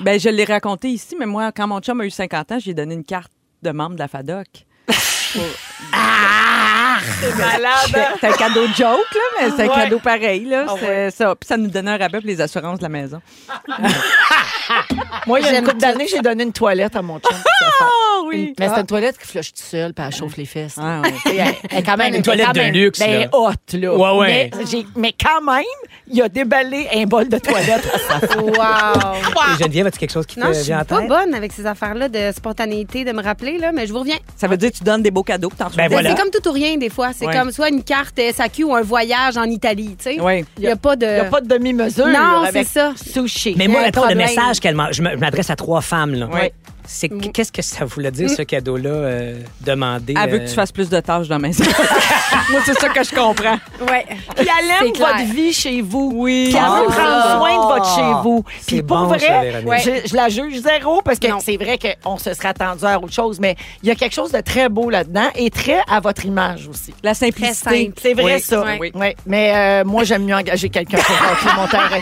Ben, je l'ai raconté ici, mais moi, quand mon chum a eu 50 ans, j'ai donné une carte de membre de la FADOC.
Malade.
C'est un cadeau joke, là, mais c'est un
Ouais.
cadeau pareil. Là.
Ah
c'est ça. Puis ça nous donnait un rabais pour les assurances de la maison.
*laughs* Moi, il y a une couple d'années, j'ai donné une toilette à mon *laughs* chum. pour sa fête.
Ah
Une- Mais c'est une toilette qui flush tout seul, puis elle chauffe les fesses.
Ah, ouais.
Et Elle, elle est quand même
Une toilette
elle est quand
de
même
luxe,
ben,
là.
haute, là.
Ouais, ouais.
Mais, j'ai- mais quand même, il a déballé un bol de
*laughs*
toilette à sa fête.
Wow!
Et Geneviève, as-tu quelque chose qui
Non, je
te
suis
vient Euh, en
pas
tête?
bonne avec ces affaires-là de spontanéité, de me rappeler, là, mais je vous reviens.
Ça veut dire que tu donnes des beaux cadeaux. puis t'en reçois
Ben
des-
voilà.
C'est comme tout ou rien, des fois. C'est
Ouais.
comme soit une carte SAQ ou un voyage en Italie, tu sais.
Ouais.
Il n'y a pas de...
Il n'y a pas de demi-mesure.
Non,
avec
c'est ça.
Sushi.
Mais moi,
un
attends, le
problème.
message qu'elle m'a- Je me- je m'adresse à trois femmes, là.
Ouais.
C'est qu- qu'est-ce que ça voulait dire, ce cadeau-là, euh, demandé?
Elle veut
euh,
que tu fasses plus de tâches dans la maison. *laughs* Moi, c'est ça que je comprends.
Ouais.
Puis elle aime
C'est clair.
votre vie chez vous.
Oui.
Puis elle veut
Ah.
prendre soin de votre chez vous.
C'est
Puis pour
bon, ça,
vrai,
Véronique.
je, je la juge zéro parce que
Non.
c'est vrai qu'on se serait attendu à autre chose, mais il y a quelque chose de très beau là-dedans et très à votre image aussi.
La
Très
simplicité.
simple.
C'est vrai
Oui.
ça.
Oui.
Ouais. Mais euh, moi, j'aime mieux engager quelqu'un pour remplir mon
*laughs*
terrain.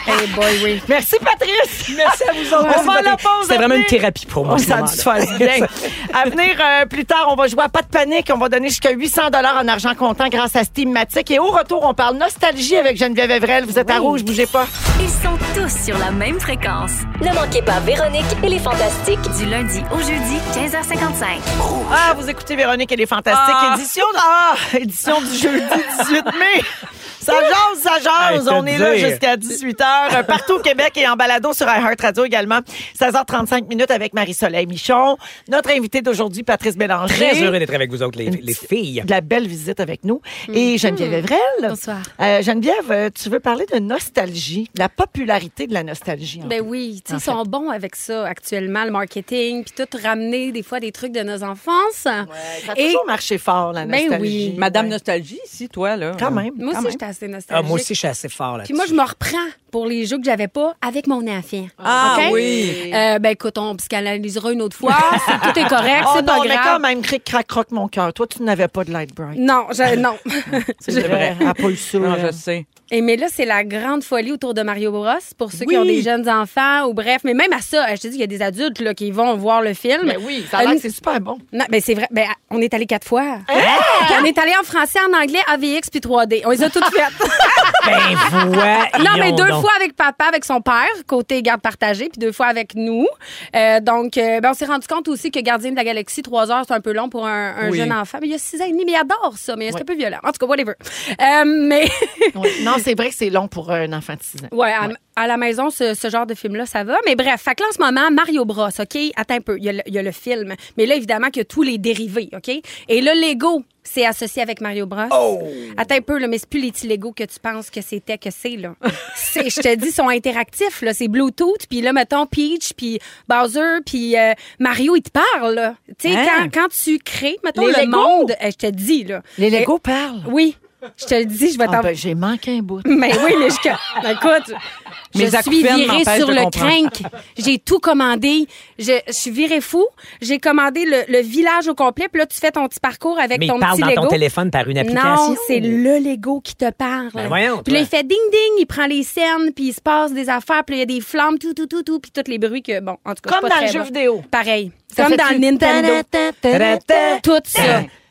Merci Patrice. Merci à vous autres. On va à la pause.
C'était vraiment une
Venez.
thérapie pour moi.
Oh,
ce
ça a dû
moment-là.
se faire du
*laughs*
bien. À venir euh, plus tard, on va jouer à pas de panique. On va donner jusqu'à 800 dollars en argent comptant grâce à Steamatic. Et au retour, on parle nostalgie avec Geneviève Evrel. Vous êtes à rouge, bougez pas.
Ils sont tous sur la même fréquence.
Ne manquez pas Véronique et les Fantastiques.
Du lundi au jeudi, 15h55.
Ah, vous écoutez Véronique, elle est fantastique.
Ah.
Édition, ah, édition du
*laughs*
jeudi 18 mai. Ça jase, ça jase.
Hey, te
On est là
dire.
jusqu'à 18h, partout au Québec et en balado sur iHeartRadio également. 16h35 minutes avec Marie-Soleil Michon. Notre invité d'aujourd'hui, Patrice Bélanger.
Très heureux d'être avec vous autres, les, les filles.
de la belle visite avec nous. Et Geneviève Evrel.
Mhm. Bonsoir.
Euh, Geneviève, euh, tu veux parler de nostalgie, de la popularité de la nostalgie. en
Ben
fait.
oui, tu sais,
En
ils sont bons avec ça actuellement, le marketing, puis tout ramener des fois des trucs de nos enfances.
Ça a
Et-
toujours marché fort, la
Ben oui.
nostalgie.
Madame
Ouais.
Nostalgie, ici, toi, là. Euh,
Quand même.
Moi
quand
aussi,
même.
j'étais assez nostalgique.
Ah, moi aussi, je suis assez fort là
Puis moi, je me reprends pour les jeux que j'avais pas avec mon enfant.
Ah
OK?
oui.
Euh, ben écoute, on psychanalysera une
*laughs*
autre fois. C'est- tout est correct,
Oh
c'est pas
non, mais quand
grave.
même, cric, crac, croc, mon cœur. Toi, tu n'avais pas de light bright.
Non, je, non.
*laughs* C'est vrai. Elle a pas eu ça. euh.
Non,
elle.
je sais.
Et mais là, c'est la grande folie autour de Mario Bros. Pour ceux
Oui.
qui ont des jeunes enfants ou bref. Mais même à ça, euh, je te dis, il y a des adultes là, qui vont voir le film.
Ben oui, ça a l'air
Euh,
que c'est Hein? super bon.
Non, ben c'est vrai. Ben, on est allé quatre fois. Puis on est allé en français, en anglais, AVX puis 3D. On les a toutes faites.
Ben voyons
non, mais deux
donc.
fois avec papa, avec son père, côté garde partagée, puis deux fois avec nous. Euh, donc, euh, ben, on s'est rendu compte aussi que Gardien de la Galaxie, trois heures, c'est un peu long pour un, un
Oui.
jeune enfant. Mais il y a six ans et demi, mais il adore ça. Mais c'est un peu violent. En tout cas, whatever. Euh, mais,
Ouais. Non, c'est vrai que c'est long pour euh, un enfant de 6 ans.
ouais, à- à la maison, ce, ce genre de film-là, ça va. Mais bref, fait que là, en ce moment, Mario Bros, OK? Attends un peu, il y, a le- il y a le film. Mais là, évidemment, qu'il y a tous les dérivés, OK? Et là, Lego, c'est associé avec Mario Bros.
Oh!
Attends un peu, là, mais c'est plus les petits Lego que tu penses que c'était, que c'est, là. *laughs* C'est- Je te dis, ils sont interactifs, là. C'est Bluetooth, puis là, mettons, Peach, puis Bowser, puis euh, Mario, ils te parlent, là. Tu sais,
Hein?
quand, quand tu crées, mettons,
Les
le
Lego?
monde, eh, je te dis, là.
Les
Eh,
Legos parlent.
Oui, je te le dis, je vais
Ah,
t'en...
ben, j'ai manqué un bout.
Mais oui, mais je... Ben, *laughs* Écoute,
Mes
je suis
acouphènes
virée
m'empêchent
sur
de
le
comprendre.
crank. J'ai tout commandé. Je, je suis virée fou. J'ai commandé le, le village au complet. Puis là, tu fais ton petit parcours avec
Mais
ton
il parle
petit
dans
Lego.
ton téléphone par une application.
Non, c'est le Lego qui te parle.
Ben voyons,
puis là, il
toi.
fait ding ding, il prend les scènes, puis il se passe des affaires, puis là, il y a des flammes, tout, tout, tout, tout, puis tous les bruits que, bon, en tout cas, je suis
Comme dans
pas très
le jeu
bonne.
vidéo.
Pareil.
Ça
Comme
fait
dans
tu-
Nintendo. Tout ça.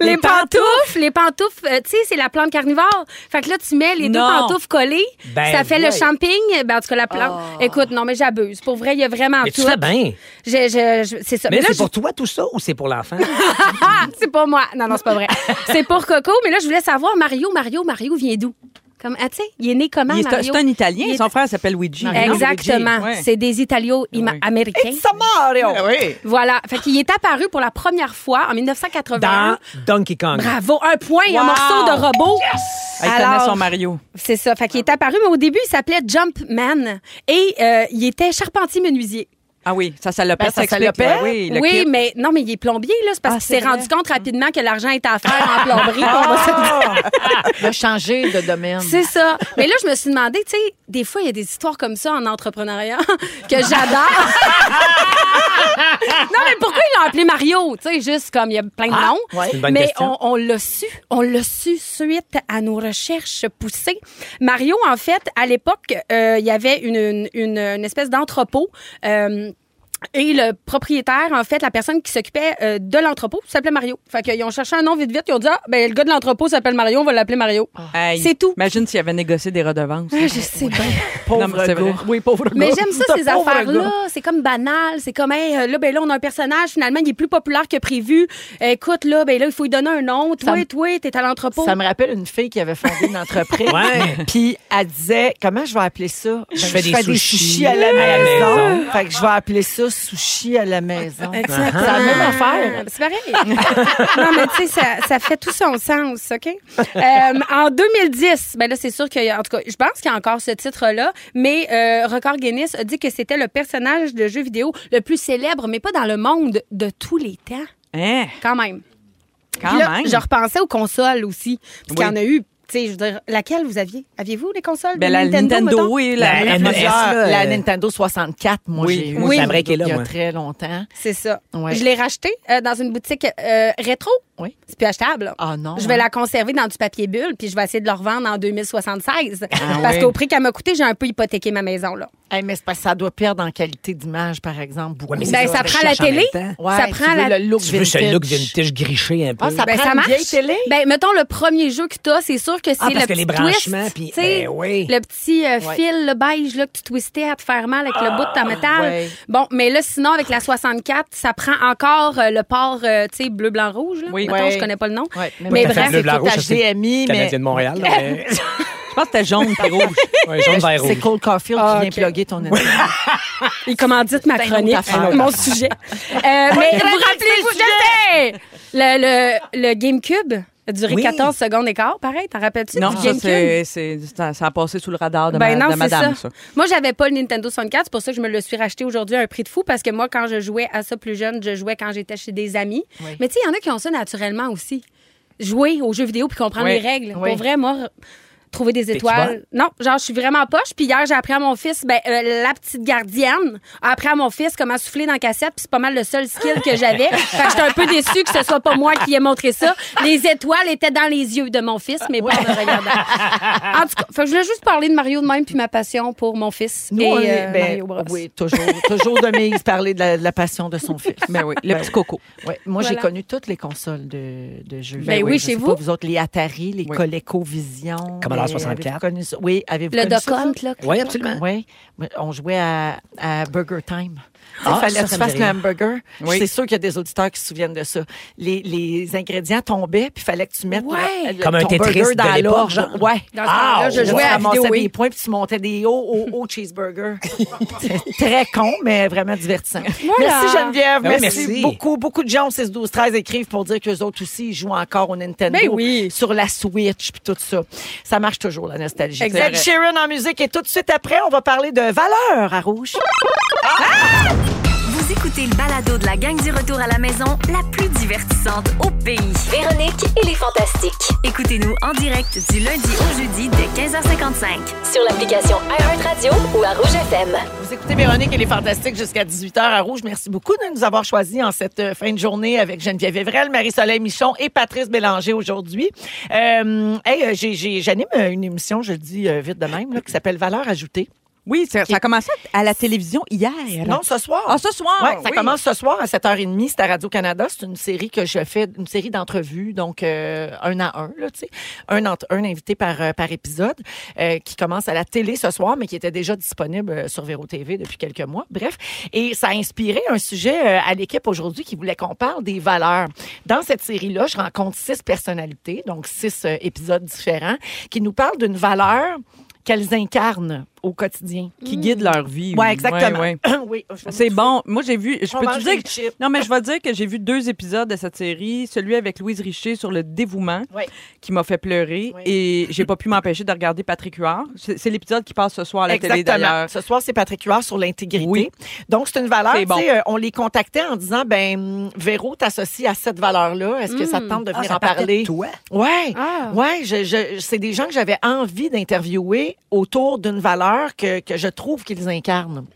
les pantoufles, les pantoufles, euh, tu sais, c'est la plante carnivore. Fait que là, tu mets les deux
Non.
pantoufles collées,
Ben,
ça fait le
ouais.
champing. Ben, en tout cas, la plante. Écoute, non, mais j'abuse. Pour vrai, il y a vraiment
Mais
tout.
tu fais bien.
Je- je- je- c'est ça.
Mais là,
je-
c'est pour toi tout ça ou c'est pour l'enfant?
*laughs* Ah, c'est pas moi. Non, non,
*laughs*
c'est pas vrai. c'est pour Coco, mais là, je voulais savoir, Mario, Mario, Mario vient d'où? Comme, ah, tu sais, il est né comment,
Il est-
Mario?
C'est un Italien.
Il est-
Son frère s'appelle Luigi. Ah,
Exactement.
Luigi, ouais. Ah
C'est des Italo-américains.
It's a Mario! Oui.
Voilà. Fait qu'il est apparu pour la première fois en 1981.
Dans Donkey Kong.
Bravo, un point, un
Wow.
morceau de robot.
Ah, Il connaît son Mario.
C'est ça. Fait qu'il est apparu, mais au début, il s'appelait Jumpman et euh, il était charpentier menuisier.
Ah oui, ça, ça le
Ben,
pète.
ça
ça explique.
salopette.
Ouais, Oui, le
oui,
kit.
mais non, mais il est plombier là, c'est parce
Ah,
qu'il s'est
c'est vrai.
rendu compte rapidement que l'argent était à faire en plomberie. qu'on va se le dire.
Il a changé de domaine.
C'est ça. Mais là, je me suis demandé, tu sais, des fois, il y a des histoires comme ça en entrepreneuriat *laughs* que
*laughs*
j'adore. non, mais pourquoi il l'a appelé Mario? Tu sais, juste comme il y a plein de
Ah,
noms.
ouais. C'est une bonne
mais
question.
on, on l'a su. On l'a su suite à nos recherches poussées. Mario, en fait, à l'époque, euh, il y avait une, une, une- une espèce d'entrepôt. euh, et le propriétaire, en fait, la personne qui s'occupait euh, de l'entrepôt, s'appelait Mario. Fait qu'ils ont cherché un nom vite vite. Ils ont dit, ah, ben, le gars de l'entrepôt s'appelle Mario, on va l'appeler Mario.
Hey,
*laughs* C'est tout.
Ah! Imagine s'il avait négocié des redevances.
Ah, je sais bien.
Non, mais c'est vrai.
Oui, pauvre gars.
Mais j'aime ça,
*laughs*
Ce
ces
pauvre gars.
affaires-là. C'est comme banal. C'est comme, hey, euh, là, ben là, on a un personnage, finalement, il est plus populaire que prévu. Écoute, là, ben là, il faut lui donner un nom.
Ça
Toi,
me-
toi, t'es à l'entrepôt.
Ça me rappelle une fille qui avait fondé une entreprise.
*laughs* Ouais.
Puis elle disait, comment je vais appeler ça? Ben, Je
fais des sushis
à la
à la
maison.
maison.
Fait que je vais appeler ça sushi à la maison.
Exactement.
C'est la même affaire.
Ah. C'est pareil. *laughs* non, mais tu sais, ça, ça fait tout son sens, OK? Euh, en 2010, ben là, c'est sûr qu'il y a, en tout cas, je pense qu'il y a encore ce titre-là, mais euh, Record Guinness a dit que c'était le personnage de jeu vidéo le plus célèbre, mais pas dans le monde de tous les temps,
Hein,
quand même.
quand
Puis là,
même.
Je repensais aux consoles aussi. Parce qu'il y en
Oui.
a eu. tu sais, je veux dire, laquelle vous aviez? Aviez-vous les consoles?
Ben,
de
la Nintendo,
mettons?
oui. La, la-
La NES, Ben, là,
La
euh,
Nintendo 64, moi,
Oui,
j'ai eu.
moi, c'est la vraie qui est là,
Il y a
moi.
très longtemps.
C'est ça.
Ouais.
Je l'ai rachetée euh, dans une boutique euh, rétro.
Oui.
C'est plus achetable. là.
Ah non,
Je vais
hein.
la conserver dans du papier bulle, puis je vais essayer de la revendre en 2076. parce
oui.
qu'au prix qu'elle m'a coûté, j'ai un peu hypothéqué ma maison. là.
Hey, mais c'est parce que ça doit perdre en qualité d'image, par exemple. Beaucoup.
Ouais, mais c'est
Ben,
ça,
ça
on
prend la
recherche en
télé.
même
Ouais,
ça
tu
prend
veux
la...
le look
Tu veux ce
vintage.
look vintage griché un peu?
Ah, ça
Ben,
prend
ça
une
marche.
vieille télé?
Ben, mettons le premier jeu que t'as, c'est sûr que c'est
Ah, parce
le
que les
petit
branchements,
twist,
puis-
tu sais,
ben oui.
le petit euh,
Ouais.
fil le beige là, que tu twistais à te faire mal avec le bout de ta métal.
ouais.
Bon, mais là, sinon, avec la 64, ça prend encore euh, le port, euh, tu sais, bleu, blanc, rouge. Là.
Oui.
mettons,
Ouais.
je connais pas le nom.
Ouais, mais
mais
moi,
bref,
c'est
bleu, blanc,
tout
rouge, ça, c'est
HDMI, mais
Canadien de Montréal. là,
*laughs*
mais-
Je pense que c'était jaune et rouge.
*laughs* Ouais, jaune, vert,
c'est
rouge.
Cole Caulfield
Ah,
qui vient
ok.
plugger ton énergie.
Il commandite ma
C'est une
chronique,
autre affaire.
mon sujet. *laughs* Euh, mais vous rappelez-vous, je sais! le, le, le GameCube a duré
Oui.
14 secondes et quart, pareil, t'en rappelles-tu?
Non,
du
ça,
GameCube?
c'est, c'est- ça, ça a passé sous le radar de, ma-
Ben non,
de
c'est
madame, ça.
Moi, j'avais pas le Nintendo 64, c'est pour ça que je me le suis racheté aujourd'hui à un prix de fou parce que moi, quand je jouais à ça plus jeune, je jouais quand j'étais chez des amis.
Oui.
Mais tu sais, il y en a qui ont ça naturellement aussi. Jouer aux jeux vidéo puis comprendre
Oui.
les règles.
Oui.
Pour vrai, moi, re- trouver des étoiles.
étoiles?
Non, genre, je suis vraiment poche. Puis hier, j'ai appris à mon fils, ben, euh, la petite gardienne, a appris à mon fils comment souffler dans la cassette. Puis c'est pas mal le seul skill
*laughs*
que j'avais. fait que j'étais un peu déçue que ce soit pas moi qui ai montré ça. Les étoiles étaient dans les yeux de mon fils, mais pas en me regardant.
Ah.
En tout cas, fait que je voulais juste parler de Mario de même puis ma passion pour mon fils
Nous,
et
on est-
euh,
ben,
Mario Bros.
Oui, toujours, toujours de mise parler de la, de la passion de son fils.
Ben oui, le
Ben
petit coco.
Ouais, moi, j'ai
Voilà.
connu toutes les consoles de, de jeux.
Ben oui,
je
chez
sais
vous.
pas, vous autres, les Atari, les
Oui.
ColecoVision.
Commodore
les-
64.
avez-vous connu ça? Oui, avez-vous
Le
connu
Doc
ça?
Hunt, là.
Oui, absolument.
Oui, on jouait à, à Burger Time. Il fallait
Ah, ça,
que
ça
tu
me
fasses
dit
le
rien.
hamburger.
Oui.
C'est sûr qu'il y a des auditeurs qui se souviennent de ça. Les, les ingrédients tombaient, puis il fallait que tu mettes
Ouais.
le- le-
Comme un
ton
Tetris
burger
de
dans
l'époque,
l'orge.
genre.
Ouais.
Dans ce temps-là, je
Tu
jouais à la
ramassais
vidéo.
des points, puis tu montais des hauts, hauts, hauts
*laughs*
cheeseburgers. C'est très con, mais vraiment divertissant.
Voilà. Ah
Merci Geneviève.
Ben oui,
merci.
merci.
beaucoup. Beaucoup de gens au 6, 12, 13 écrivent pour dire qu'eux autres aussi, ils jouent encore au Nintendo.
Ben oui.
Sur la Switch, puis tout ça. Ça marche toujours, la nostalgie.
Exact.
Ed Sheeran en musique. Et tout de suite après, on va parler de valeur à Rouge.
Vous écoutez le balado de la gang du retour à la maison, la plus divertissante au pays.
Véronique et les Fantastiques.
Écoutez-nous en direct du lundi au jeudi dès 15h55.
Sur l'application iHeartRadio ou à Rouge FM.
Vous écoutez Véronique et les Fantastiques jusqu'à 18h à Rouge. Merci beaucoup de nous avoir choisis en cette euh, fin de journée avec Geneviève Evrel, Marie-Soleil Michon et Patrice Bélanger aujourd'hui. Euh, hey, euh, j'ai- j'ai- j'anime euh, une émission, je le dis euh, vite de même, là, qui s'appelle Valeur ajoutée.
Oui, ça, ça a commencé à la télévision hier.
Non, ce soir.
Ah, ce soir.
Ouais, ça
oui.
commence ce soir à 7h30, c'est à Radio-Canada. C'est une série que je fais, une série d'entrevues, donc euh, un à un, là, tu sais. Un, entre- un invité par, euh, par épisode euh, qui commence à la télé ce soir, mais qui était déjà disponible euh, sur Véro TV depuis quelques mois. Bref, et ça a inspiré un sujet euh, à l'équipe aujourd'hui qui voulait qu'on parle des valeurs. Dans cette série-là, je rencontre six personnalités, donc six euh, épisodes différents, qui nous parlent d'une valeur qu'elles incarnent au quotidien.
Qui guide leur vie.
Ouais, exactement.
Mm. Ouais, ouais.
*coughs* oui, je vais
C'est bon. Moi, j'ai vu. Je
On
peux te
mange
dire.
des chips.
Non, mais je vais dire que j'ai vu deux épisodes de cette série. Celui avec Louise Richer sur le dévouement,
Oui.
qui m'a fait pleurer.
Oui.
Et j'ai pas pu m'empêcher de regarder Patrick Huard. C'est c'est l'épisode qui passe ce soir à la télé,
Exactement.
d'ailleurs.
Ce soir, c'est Patrick Huard sur l'intégrité.
Oui.
Donc, c'est une valeur.
C'est
tu sais,
bon.
euh, on les contactait en disant, ben, hum, Véro t'associe à cette valeur-là. Est-ce que ça te
Ah,
tente de venir en parler?
Toi?
Ouais.
Ah.
Ouais. Je, je- c'est des gens que j'avais envie d'interviewer autour d'une valeur que, que je trouve qu'ils incarnent.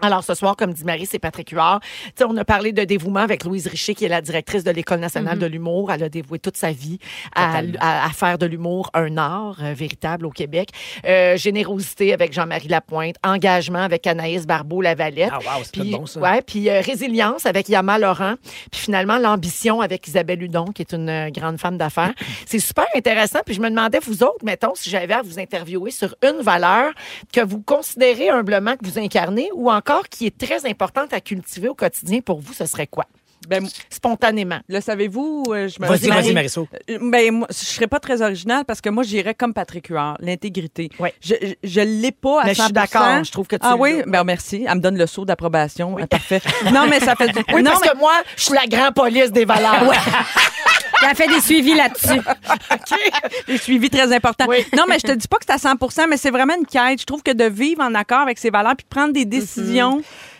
Alors, ce soir, comme dit Marie, c'est Patrick Huard. Tu sais, on a parlé de dévouement avec Louise Richer, qui est la directrice de l'École nationale de l'humour. Elle a dévoué toute sa vie à, à- à faire de l'humour un art euh, véritable au Québec. Euh, générosité avec Jean-Marie Lapointe. Engagement avec Anaïs Barbeau-Lavalette.
Ah, wow, c'est
Puis-
tout bon, ça.
Ouais, puis euh, résilience avec Yama Laurent. Puis finalement, l'ambition avec Isabelle Hudon, qui est une euh, grande femme *laughs* d'affaires. C'est super intéressant. Puis je me demandais, vous autres, mettons, si j'avais à vous interviewer sur une valeur que vous considérez humblement que vous incarnez ou encore qui est très importante à cultiver au quotidien pour vous, ce serait quoi?
Ben,
Spontanément.
le savez-vous? Euh, je me-
Vas-y,
Marie.
vas-y, Marisol.
Euh, Ben, moi, je serais pas très originale parce que moi, j'irais comme Patrick Huard, l'intégrité.
Ouais.
Je, je, je l'ai pas à
Mais je
100
suis d'accord, je trouve que tu
Ah
l'as.
oui? Ben, merci. Elle me donne le saut d'approbation. Ah, Parfait. non, mais ça
*laughs*
fait du...
Oui,
non,
parce
mais-
que moi, je suis la grande police des *laughs* valeurs.
Elle fait des suivis là-dessus.
Le suivi très important.
Oui.
Non, mais je te dis pas que c'est à 100 mais c'est vraiment une quête. Je trouve que de vivre en accord avec ses valeurs puis de prendre des décisions,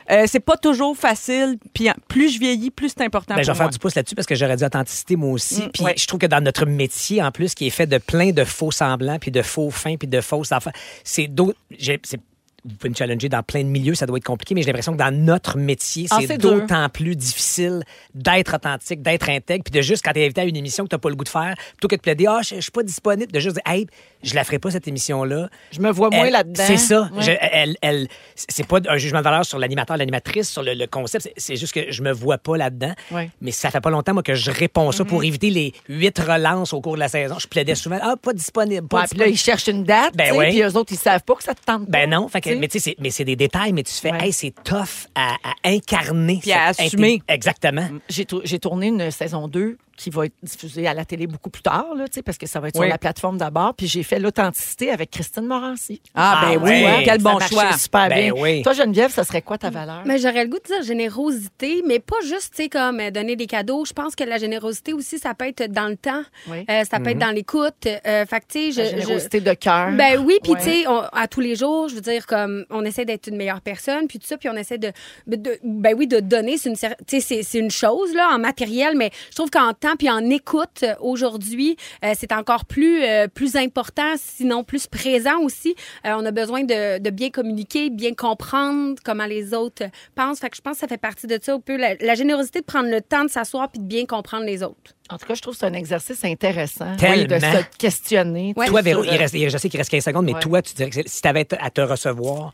Mm-hmm.
euh, c'est pas toujours facile. Puis en- plus je vieillis, plus c'est important.
Ben, je
pour
vais faire
moi.
du pouce là-dessus parce que j'aurais dit authenticité moi aussi.
Mm,
puis
ouais.
je trouve que dans notre métier en plus, qui est fait de plein de faux semblants, puis de faux fins, puis de fausses affaires, c'est d'autres. j'ai- c'est- Vous pouvez me challenger dans plein de milieux, ça doit être compliqué, mais j'ai l'impression que dans notre métier,
Ah,
c'est
c'est dur.
d'autant plus difficile d'être authentique, d'être intègre, puis de juste, quand tu es invité à une émission que tu pas le goût de faire, plutôt que de plaider, ah, je je suis pas disponible, de juste dire, hey, je la ferai pas cette émission-là.
Je me vois moins
Elle-
là-dedans.
C'est ça.
Ouais.
Je- elle, elle- c'est pas un jugement de valeur sur l'animateur, l'animatrice, sur le, le concept. C'est- C'est juste que je me vois pas là-dedans.
Ouais. Mm-hmm.
Mais ça fait pas longtemps, moi, que je réponds ça pour éviter les huit relances au cours de la saison. Je plaidais souvent, ah, pas disponible, pas
Ouais, puis là,
disponible.
ils cherchent une date,
Ben
tu sais,
ouais.
puis eux autres, ils savent pas que ça te tente pas,
Ben non, fait que-
tu sais.
mais tu sais, c'est- mais c'est des détails, mais tu fais,
Ouais.
hey, c'est tough à, à incarner.
Puis à
cette
assumer.
inté- Exactement.
J'ai tou- j'ai tourné une saison 2 qui va être diffusée à la télé beaucoup plus tard, là, tu sais, parce que ça va être
Oui.
sur la plateforme d'abord. Puis j'ai fait l'authenticité avec Christine Morancy.
Ah, ben
Ah,
oui,
ouais.
quel
Ça
bon
marchait
choix.
super
Ben
bien.
oui.
Toi, Geneviève, ça serait quoi ta valeur?
Mais j'aurais le goût de dire générosité, mais pas juste, tu sais, comme euh, donner des cadeaux. Je pense que la générosité aussi, ça peut être dans le temps,
Oui.
Euh, ça peut être dans l'écoute. Euh, fait que, tu sais,
La
je- je-
générosité de cœur.
Ben oui, puis
Ouais.
tu sais, on- à tous les jours, je veux dire, comme on essaie d'être une meilleure personne, puis tout ça, puis on essaie de, de- ben oui, de donner, c'est une, cer- tu sais, c'est- c'est une chose là en matériel, mais je trouve qu'en temps puis en écoute euh, aujourd'hui, euh, c'est encore plus euh, plus important, sinon plus présent aussi. Euh, on a besoin de, de bien communiquer, bien comprendre comment les autres euh, pensent. Fait que je pense que ça fait partie de ça un peu la, la générosité de prendre le temps de s'asseoir puis de bien comprendre les autres.
En tout cas, je trouve que c'est un exercice intéressant
Tellement.
de se questionner.
Ouais.
Toi, Véro,
Sur,
il
euh,
reste, il- je sais qu'il reste 15 secondes, mais
Ouais.
toi, tu dirais que c'est- si tu avais à te recevoir,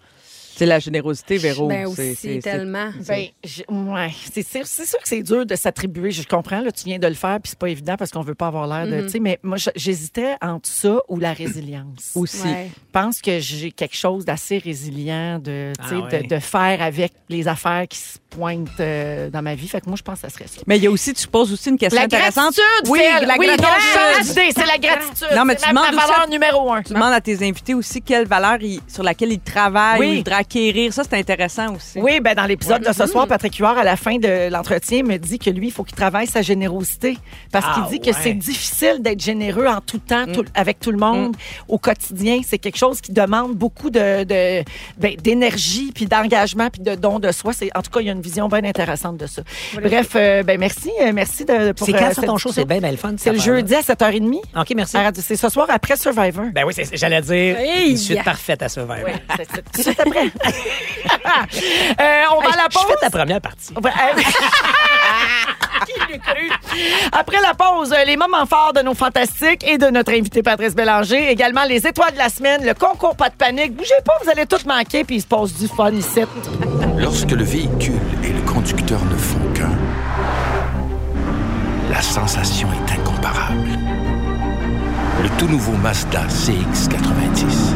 C'est la générosité, Véro.
Ben
C'est-
aussi,
c'est- c'est-
tellement.
Ben, je- ouais. C'est sûr, c'est sûr que c'est dur de s'attribuer. Je comprends, là, tu viens de le faire, puis c'est pas évident parce qu'on veut pas avoir l'air de.
Mm-hmm.
tu sais, Mais moi, je- j'hésitais entre ça ou la résilience.
Aussi.
Ouais.
Je pense que j'ai quelque chose d'assez résilient de, tu sais,
Ah ouais.
de, de faire avec les affaires qui se pointent euh, dans ma vie. Fait que moi, je pense que ça serait ça.
Mais il y a aussi, tu poses aussi une question
La
intéressante.
gratitude,
oui,
Phil.
la
oui,
gratitude.
non, je l'ai, c'est la gratitude.
Non, mais
C'est
tu
ma, ma
demandes aussi
valeur
à-
numéro un.
Tu demandes à tes invités aussi quelle valeur ils- sur laquelle ils travaillent
Oui.
ou ils voudraient acquérir. Ça, c'est intéressant aussi.
Oui, ben dans l'épisode de ce
Mm-hmm.
soir, Patrick Huard, à la fin de l'entretien, me dit que lui, il faut qu'il travaille sa générosité. Parce
Ah,
qu'il dit que
ouais. Mm.
c'est difficile d'être généreux en tout temps, tout- avec tout le monde, au quotidien. C'est quelque chose qui demande beaucoup de, de- ben, d'énergie, puis d'engagement, puis de don de soi. C'est, en tout cas, il y a une vision bien intéressante de ça. Bref, euh, ben merci. euh, merci de, pour
C'est
euh,
quand ça
cette
ton show? C'est
discussion.
bien, bien le fun.
C'est le jeudi à 7h30.
OK, Ah, merci.
à Radio- C'est ce soir après Survivor.
Ben oui, c'est- j'allais dire
Hey!
une suite parfaite à ce verre.
Ouais, c'est- c'est tout de suite après. Euh, on va à la
Je
pause.
fais ta première partie.
Ouais, *laughs* euh, Qui l'eût cru? Après la pause, euh, les moments forts de nos fantastiques et de notre invité Patrice Bélanger. Également, les étoiles de la semaine, le concours Pas de panique. Bougez pas, vous allez tout manquer, puis il se passe du fun ici.
Lorsque le véhicule et le conducteur ne font qu'un, la sensation est incomparable. Le tout nouveau Mazda CX90.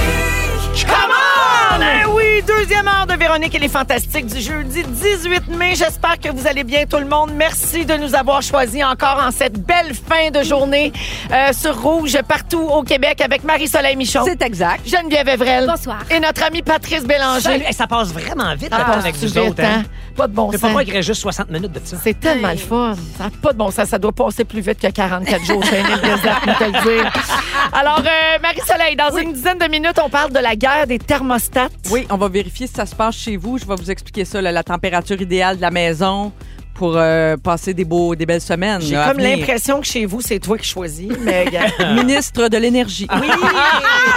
Come on! Eh oui, deuxième heure de Véronique et les Fantastiques du jeudi 18 mai. J'espère que vous allez bien, tout le monde. Merci de nous avoir choisis encore en cette belle fin de journée euh, sur Rouge, partout au Québec, avec Marie-Soleil Michon,
C'est exact.
Geneviève Evrel
Bonsoir.
et notre ami Patrice Bélanger.
Salut. Hey, ça passe vraiment vite le temps
Ah,
avec
tu
vous
veux,
autres. Hein.
hein? Pas de bon
Je peux pas
sens.
croire qu'il reste juste 60 minutes de ça.
C'est tellement le fun. Ça n'a pas de bon sens. Ça doit passer plus vite que 44 jours. C'est un île déserte, on peut le dire. Alors, euh, Marie-Soleil, dans une dizaine de minutes, on parle de la guerre des thermostats.
Oui, on va vérifier si ça se passe chez vous. Je vais vous expliquer ça, là, la température idéale de la maison pour euh, passer des, beaux, des belles semaines.
J'ai
là, à
comme
venir.
l'impression que chez vous, c'est toi qui choisis. Mais euh,
Ministre de l'Énergie.
oui,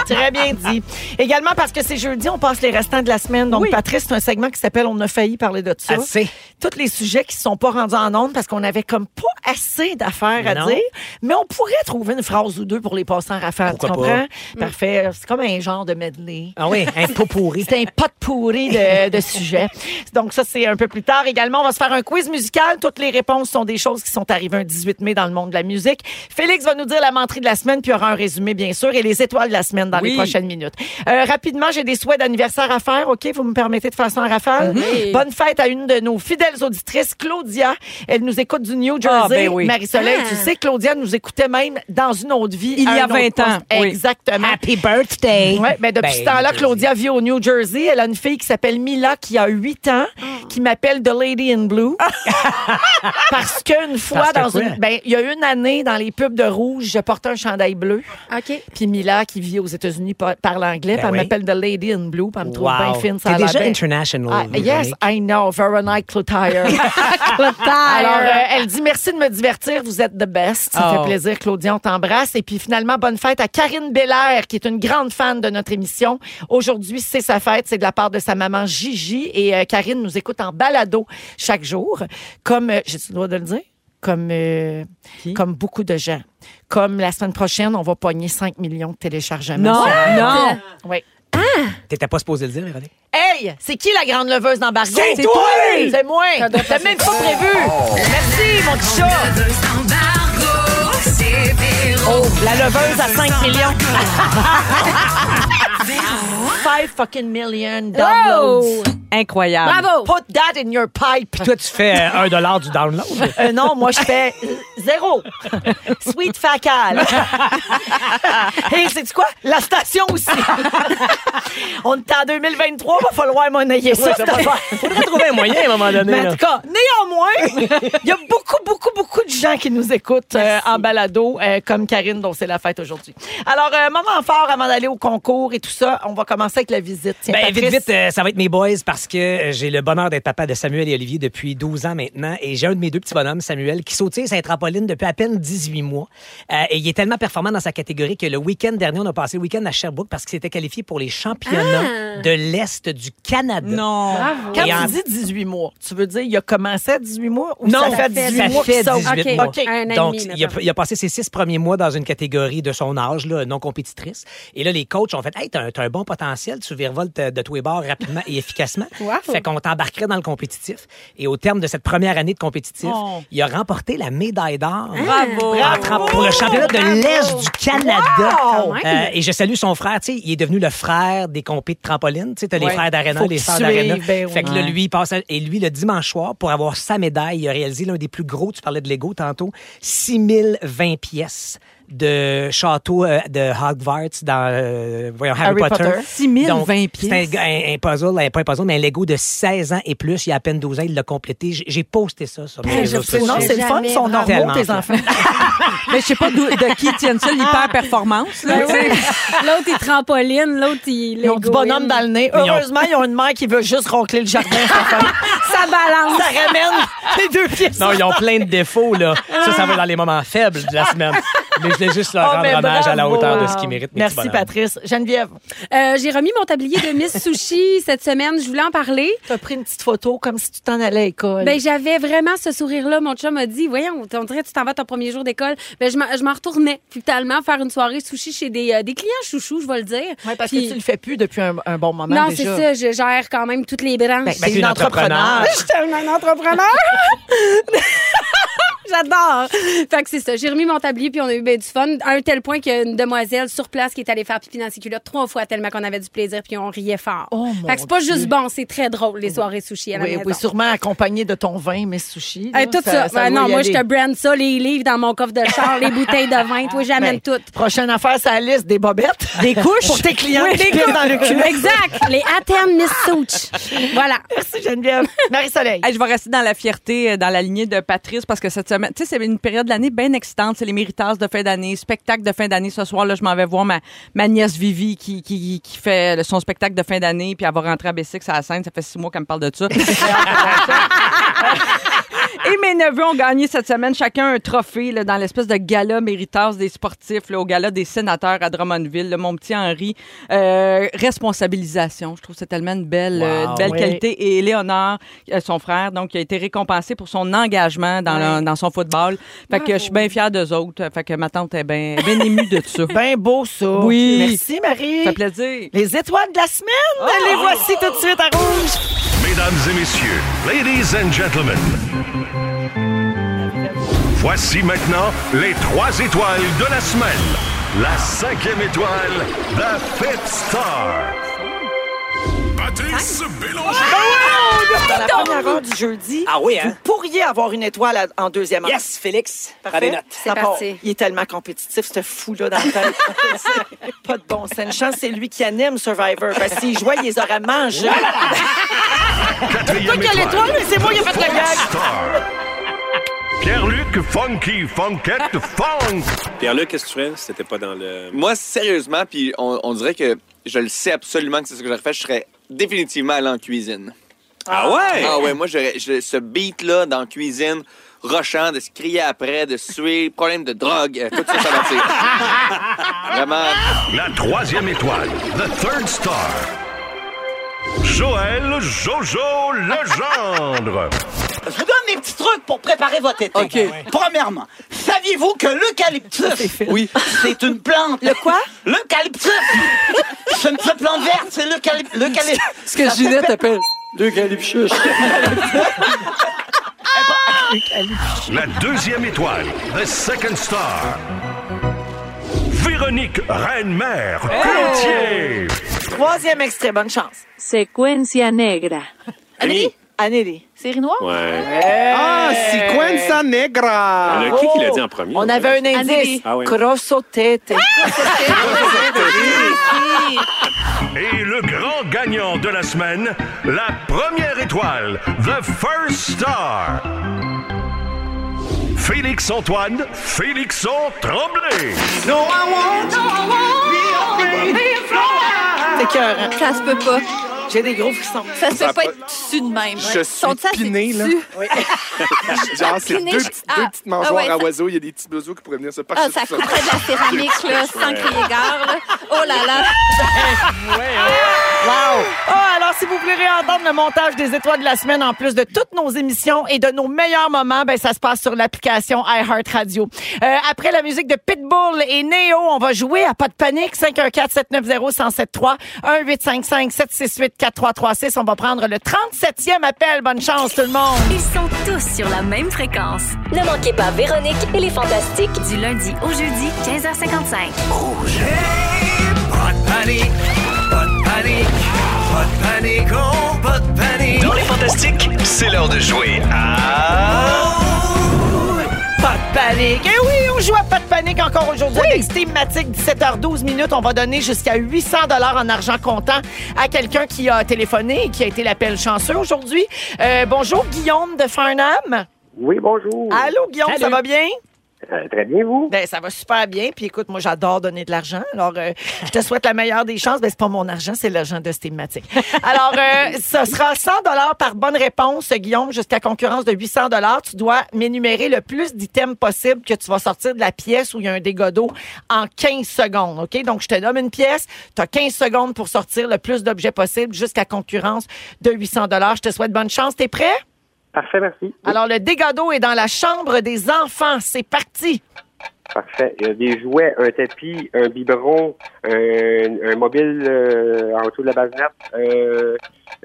très bien dit. Également parce que c'est jeudi, on passe les restants de la semaine. Donc,
Oui.
Patrice, c'est un segment qui s'appelle On a failli parler de ça.
Assez.
tous les sujets qui ne sont pas rendus en ondes parce qu'on avait comme pas assez d'affaires à
Non.
dire. Mais on pourrait trouver une phrase ou deux pour les passer en rafale.
Pourquoi
tu
pas? Mm.
comprends? Parfait. C'est comme un genre de medley.
Ah oui, un pot pourri.
C'est un pot pourri de, de sujets. Donc, ça, c'est un peu plus tard. Également, on va se faire un quiz musical. Toutes les réponses sont des choses qui sont arrivées un 18 mai dans le monde de la musique. Félix va nous dire la menterie de la semaine, puis il y aura un résumé, bien sûr, et les étoiles de la semaine dans les
Oui.
prochaines minutes. Euh, rapidement, j'ai des souhaits d'anniversaire à faire. OK, vous me permettez de faire ça en rafale?
Mm-hmm.
Bonne fête à une de nos fidèles auditrices, Claudia. Elle nous écoute du New Jersey.
Ah, ben oui.
Marie-Soleil,
Ah.
tu sais, Claudia nous écoutait même dans une autre vie.
Il y
à
a
un autre
20 ans,
poste.
oui.
Exactement.
Happy birthday.
Ouais, mais depuis
Ben,
ce temps-là,
New
Claudia vit au New Jersey. Elle a une fille qui s'appelle Mila, qui a 8 ans, qui m'appelle The Lady in
*laughs*
Blue. Parce qu'une fois,
Parce que
dans
quoi?
une. Ben, il y a une année, dans les pubs de rouge, je portais un chandail bleu.
OK.
Puis Mila, qui vit aux États-Unis, par- parle anglais.
Ben
puis elle
oui.
m'appelle The Lady in Blue. Puis elle me trouve bien
Wow.
fine. ça
T'es
a l'air
déjà
bien. Ah,
international.
yes,
Véronique.
I know. Veronique
*laughs*
Cloutier. Alors, euh, elle dit merci de me divertir, vous êtes the best. Ça
Oh.
fait plaisir, Claudia, on t'embrasse. Et puis finalement, bonne fête à Karine Belair, qui est une grande fan de notre émission. Aujourd'hui, c'est sa fête, c'est de la part de sa maman Gigi. Et euh, Karine nous écoute en balado chaque jour, comme, euh, j'ai-tu le droit de le dire? Comme, euh, comme beaucoup de gens. Comme la semaine prochaine, on va pogner 5 millions de téléchargements.
Non, non.
Oui.
T'étais pas supposé le dire, Véronique.
Hey, c'est qui la grande leveuse d'embargo?
C'est toi!
C'est moi! T'as même pas prévu! Merci, mon petit chat! Oh, la leveuse à 5 millions! 5 fucking million downloads!
Incroyable.
Bravo!
Put that in your pipe!
Toi, tu fais euh, un dollar du download.
Euh, non, moi, je fais *laughs* zéro. Sweet facal. Et c'est quoi? La station aussi. On est en 2023, va falloir monnayer ça, cette affaire.
Faudrait trouver un moyen à un moment donné.
Mais en
là.
tout cas,
*laughs*
néanmoins, il y a beaucoup, beaucoup, beaucoup de gens qui nous écoutent euh, en balado, euh, comme Karine, dont c'est la fête aujourd'hui. Alors, euh, moment fort avant d'aller au concours et tout ça, on va commencer avec la visite. Tiens,
Ben, vite,
Patrice.
vite, euh, ça va être mes boys parce que euh, j'ai le bonheur d'être papa de Samuel et Olivier depuis 12 ans maintenant. Et j'ai un de mes deux petits bonhommes, Samuel, qui sautille sur un trampoline Caroline depuis à peine 18 mois. Euh, et il est tellement performant dans sa catégorie que le week-end dernier, on a passé le week-end à Sherbrooke parce qu'il s'était qualifié pour les championnats de l'Est du Canada.
Ah! Non. Quand
Et en-
tu dis 18 mois, tu veux dire il a commencé à 18 mois ou
Non,
ça fait 18
ça
mois
fait
qu'il saute?
18
Ok.
mois.
OK.
Un an et
Donc,
demi,
il a,
mettons.
il a passé ses six premiers mois dans une catégorie de son âge, là, non compétitrice. Et là, les coachs ont fait Hey, t'as un, t'as un bon potentiel, tu virevoltes de tous les bords rapidement et efficacement.
Wow.
Fait qu'on t'embarquerait dans le compétitif. Et au terme de cette première année de compétitif,
Oh.
il a remporté la médaille d'or.
Bravo.
En tra- Pour le championnat de l'Est du Canada.
Wow! Quand même.
Euh, et je salue son frère. Tu sais, il est devenu le frère des compétitions de trampoline. Tu sais, t'as les
Ouais.
frères d'Arena,
Faut
les
qu'il
sœurs
suive,
d'Arena.
ben
Fait que là,
ouais.
lui, il passe à- Et lui, le dimanche soir, pour avoir sa médaille, il a réalisé l'un des plus gros, tu parlais de Lego tantôt, 6020 pièces de château euh, de Hogwarts dans euh, voyons, Harry,
Harry
Potter.
Potter.
6020
Donc,
pièces.
C'est un, un- un puzzle, un- pas un puzzle, mais un Lego de 16 ans et plus. Il y a à peine 12 ans, il l'a complété. J- J'ai posté ça sur mes
Ben, Je
réseaux
sais,
sociaux.
non, c'est le fun, ils sont normaux,
Tellement
tes
fier.
*laughs*
enfants.
Mais je sais pas d'où- de qui tiennent
Ah.
ça l'hyper-performance. là.
Ben oui. *laughs* L'autre est trampoline, l'autre il
Ils ont du bonhomme dans le nez.
Mais ils ont-
Heureusement, ils ont une mère qui veut juste rocler le jardin.
*laughs*
Ça balance.
ça ramène les deux pièces.
Non, ils ont plein de défauts, là. Ça, ça va dans les moments faibles de la semaine. Mais je voulais juste leur
Ah. Oh, mais
rendre hommage à la
bravo. hein.
hauteur de ce qu'ils méritent. mes
Merci,
petits bonhommes.
Patrice. Geneviève,
Euh, j'ai remis mon tablier de Miss
*laughs*
Sushi cette semaine. Je voulais en parler.
tu as pris une petite photo comme si tu t'en allais à l'école.
Ben, j'avais vraiment ce sourire-là. Mon chum m'a dit, voyons, on dirait que tu t'en vas ton premier jour d'école. Ben, je m'en- je m'en retournais, finalement, faire une soirée sushi chez des, euh, des clients chouchous, je vais le dire.
Ouais, parce
Puis-
que tu le fais plus depuis un, un bon moment
Non, c'est
déjà.
ça, je gère quand même toutes les
Ben,
branches.
Ben, t'es
c'est une
une entrepreneur.
entrepreneur.
Je *laughs* suis tellement une entrepreneur! J'adore! Fait que c'est ça. J'ai remis mon tablier puis on a eu bien du fun. À un tel point qu'il y a une demoiselle sur place qui est allée faire pipi dans ses culottes trois fois tellement qu'on avait du plaisir puis on riait fort.
Oh, mon
fait que c'est pas
Dieu.
juste bon, c'est très drôle, les soirées sushi à la
Oui,
maison.
oui, sûrement accompagné de ton vin, mes sushis. là,
Hey, tout ça.
doit
Ben non,
y
moi,
aller.
je te brand ça, les livres dans
*laughs*
mon coffre de char, les bouteilles de vin, toi, j'amène
Ben,
tout.
Prochaine affaire, c'est la liste des
*laughs*
bobettes. Des couches. Pour tes clients
Oui,
qui
des
pissent dans le cul.
Exact! Les Atem Miss Souch. Voilà.
Merci, Geneviève. Marie-Soleil.
Hey, je vais rester dans la fierté, euh, dans la lignée de Patrice, parce que cette semaine, tu sais, c'est une période de l'année bien excitante. C'est les méritasses de fin d'année, spectacle de fin d'année. Ce soir, là, je m'en vais voir ma, ma nièce Vivi qui, qui, qui fait le- son spectacle de fin d'année, puis elle va rentrer à B6 à la scène. Ça fait six mois qu'elle me parle de ça. Et mes neveux ont gagné cette semaine chacun un trophée là, dans l'espèce de gala méritage des sportifs, là, au gala des sénateurs à Drummondville. là. mon petit Henri, euh, responsabilisation. Je trouve que c'est tellement une belle, euh,
Wow.
une belle
Oui.
qualité. Et Léonard, euh, son frère, donc, il a été récompensé pour son engagement dans, le- dans son football. Fait que je suis bien fière d'eux autres. Fait que ma tante est bien bien émue de ça.
Ben beau, ça.
Oui.
Merci, Marie.
Ça fait plaisir.
Les étoiles de la semaine.
Oh!
Les voici tout de suite à rouge.
Mesdames et messieurs, ladies and gentlemen. Voici maintenant les trois étoiles de la semaine. La cinquième étoile, la Pet Star. Patrice Bélanger.
Dans la première heure du jeudi,
Ah oui, hein?
vous pourriez avoir une étoile à- en deuxième heure.
Yes, Félix.
Parfait.
Prenez note.
Ça part.
parti.
Il est tellement compétitif, ce fou-là, dans le tête. *laughs* pas de bon sens. Une chance, c'est lui qui anime Survivor. Parce que s'il jouait, il les aurait mangés.
Quatrième
Quelle étoile? Mais c'est moi qui ai fait le gag.
Star. Pierre-Luc Funky Funkette Funk.
Pierre-Luc, qu'est-ce que tu ferais si t'étais pas dans le.
Moi, sérieusement, puis on, on dirait que je le sais absolument que c'est ce que j'aurais fait, je serais définitivement allé en cuisine.
Ah ouais?
Ah ouais, moi, j'aurais- je- ce beat-là dans la cuisine, rochant, de se crier après, de suer, problème de drogue, euh, tout ça, ça m'attire. Vraiment,
La troisième étoile, the third star. Joël Jojo Legendre.
Je vous donne des petits trucs pour préparer votre été. Premièrement, saviez-vous que l'eucalyptus,
Oui.
c'est une plante. Le quoi? L'eucalyptus. c'est une petite plante verte, c'est l'eucalyptus.
Ce que Ginette appelle.
La deuxième étoile, the second star. Véronique Reine-Mère Cloutier.
Troisième extrait. Bonne chance.
Sequencia negra.
Anneli.
Série noire?
Ouais.
Ah, Sequenza Negra.
Le qui qui l'a dit en premier?
Oh! On avait un indice.
Anneli.
Ah oui.
Grosso tête.
Et le grand gagnant de la semaine, la première étoile, The First Star. Félix Antoine, Félixon Tremblay.
C'est cœur.
Ah!
Ça se peut pas.
hein? J'ai des gros frissons.
Ça se fait pas être dessus de même.
Je suis piné, là.
Oui.
*laughs* Genre, c'est
Piné,
deux,
je-
petites-
ah,
deux petites
ah
mangeoires
ouais,
à
ça-
oiseaux. Il y a des petits oiseaux qui pourraient venir se passer.
Ah, ça coûterait de la céramique, là, sans crier gare. là. Oh là là.
Wow! Ah, alors, si vous voulez entendre le montage des étoiles de la semaine, en plus de toutes nos émissions et de nos meilleurs moments, ben, ça se passe sur l'application iHeartRadio. Euh, après la musique de Pitbull et Neo, on va jouer à Pas de panique, 514-790-1073, 1-855-768-4336. On va prendre le 37e appel. Bonne chance, tout le monde!
Ils sont tous sur la même fréquence. Ne manquez pas Véronique et les Fantastiques du lundi au jeudi 15h55. Rouge.
Pas de panique, pas de panique, pas de panique, oh, pas de panique. Dans les fantastiques, c'est l'heure de jouer à.
Pas de panique. Et oui, on joue à pas de panique encore aujourd'hui avec Steve Matic, 17h12 minutes. On va donner jusqu'à 800 dollars en argent comptant à quelqu'un qui a téléphoné et qui a été l'appel chanceux aujourd'hui. Euh, bonjour, Guillaume de Farnham.
Oui, bonjour.
Allô, Guillaume, ça va bien?
Euh, très bien, vous?
Ben, ça va super bien. Puis écoute, moi, j'adore donner de l'argent. Alors, euh, je te souhaite la meilleure des chances. Ben, c'est pas mon argent, c'est l'argent de Steve Matic. Alors, euh, ce sera 100 dollars par bonne réponse, Guillaume, jusqu'à concurrence de 800 dollars. Tu dois m'énumérer le plus d'items possible que tu vas sortir de la pièce où il y a un dégât d'eau en 15 secondes, OK? Donc, je te donne une pièce. Tu as 15 secondes pour sortir le plus d'objets possible jusqu'à concurrence de 800 dollars. Je te souhaite bonne chance. T'es prêt?
Parfait, merci.
Alors, le dégât d'eau est dans la chambre des enfants. C'est parti!
Parfait. Il y a des jouets, un tapis, un biberon, un, un mobile euh, en dessous de la basinette, euh,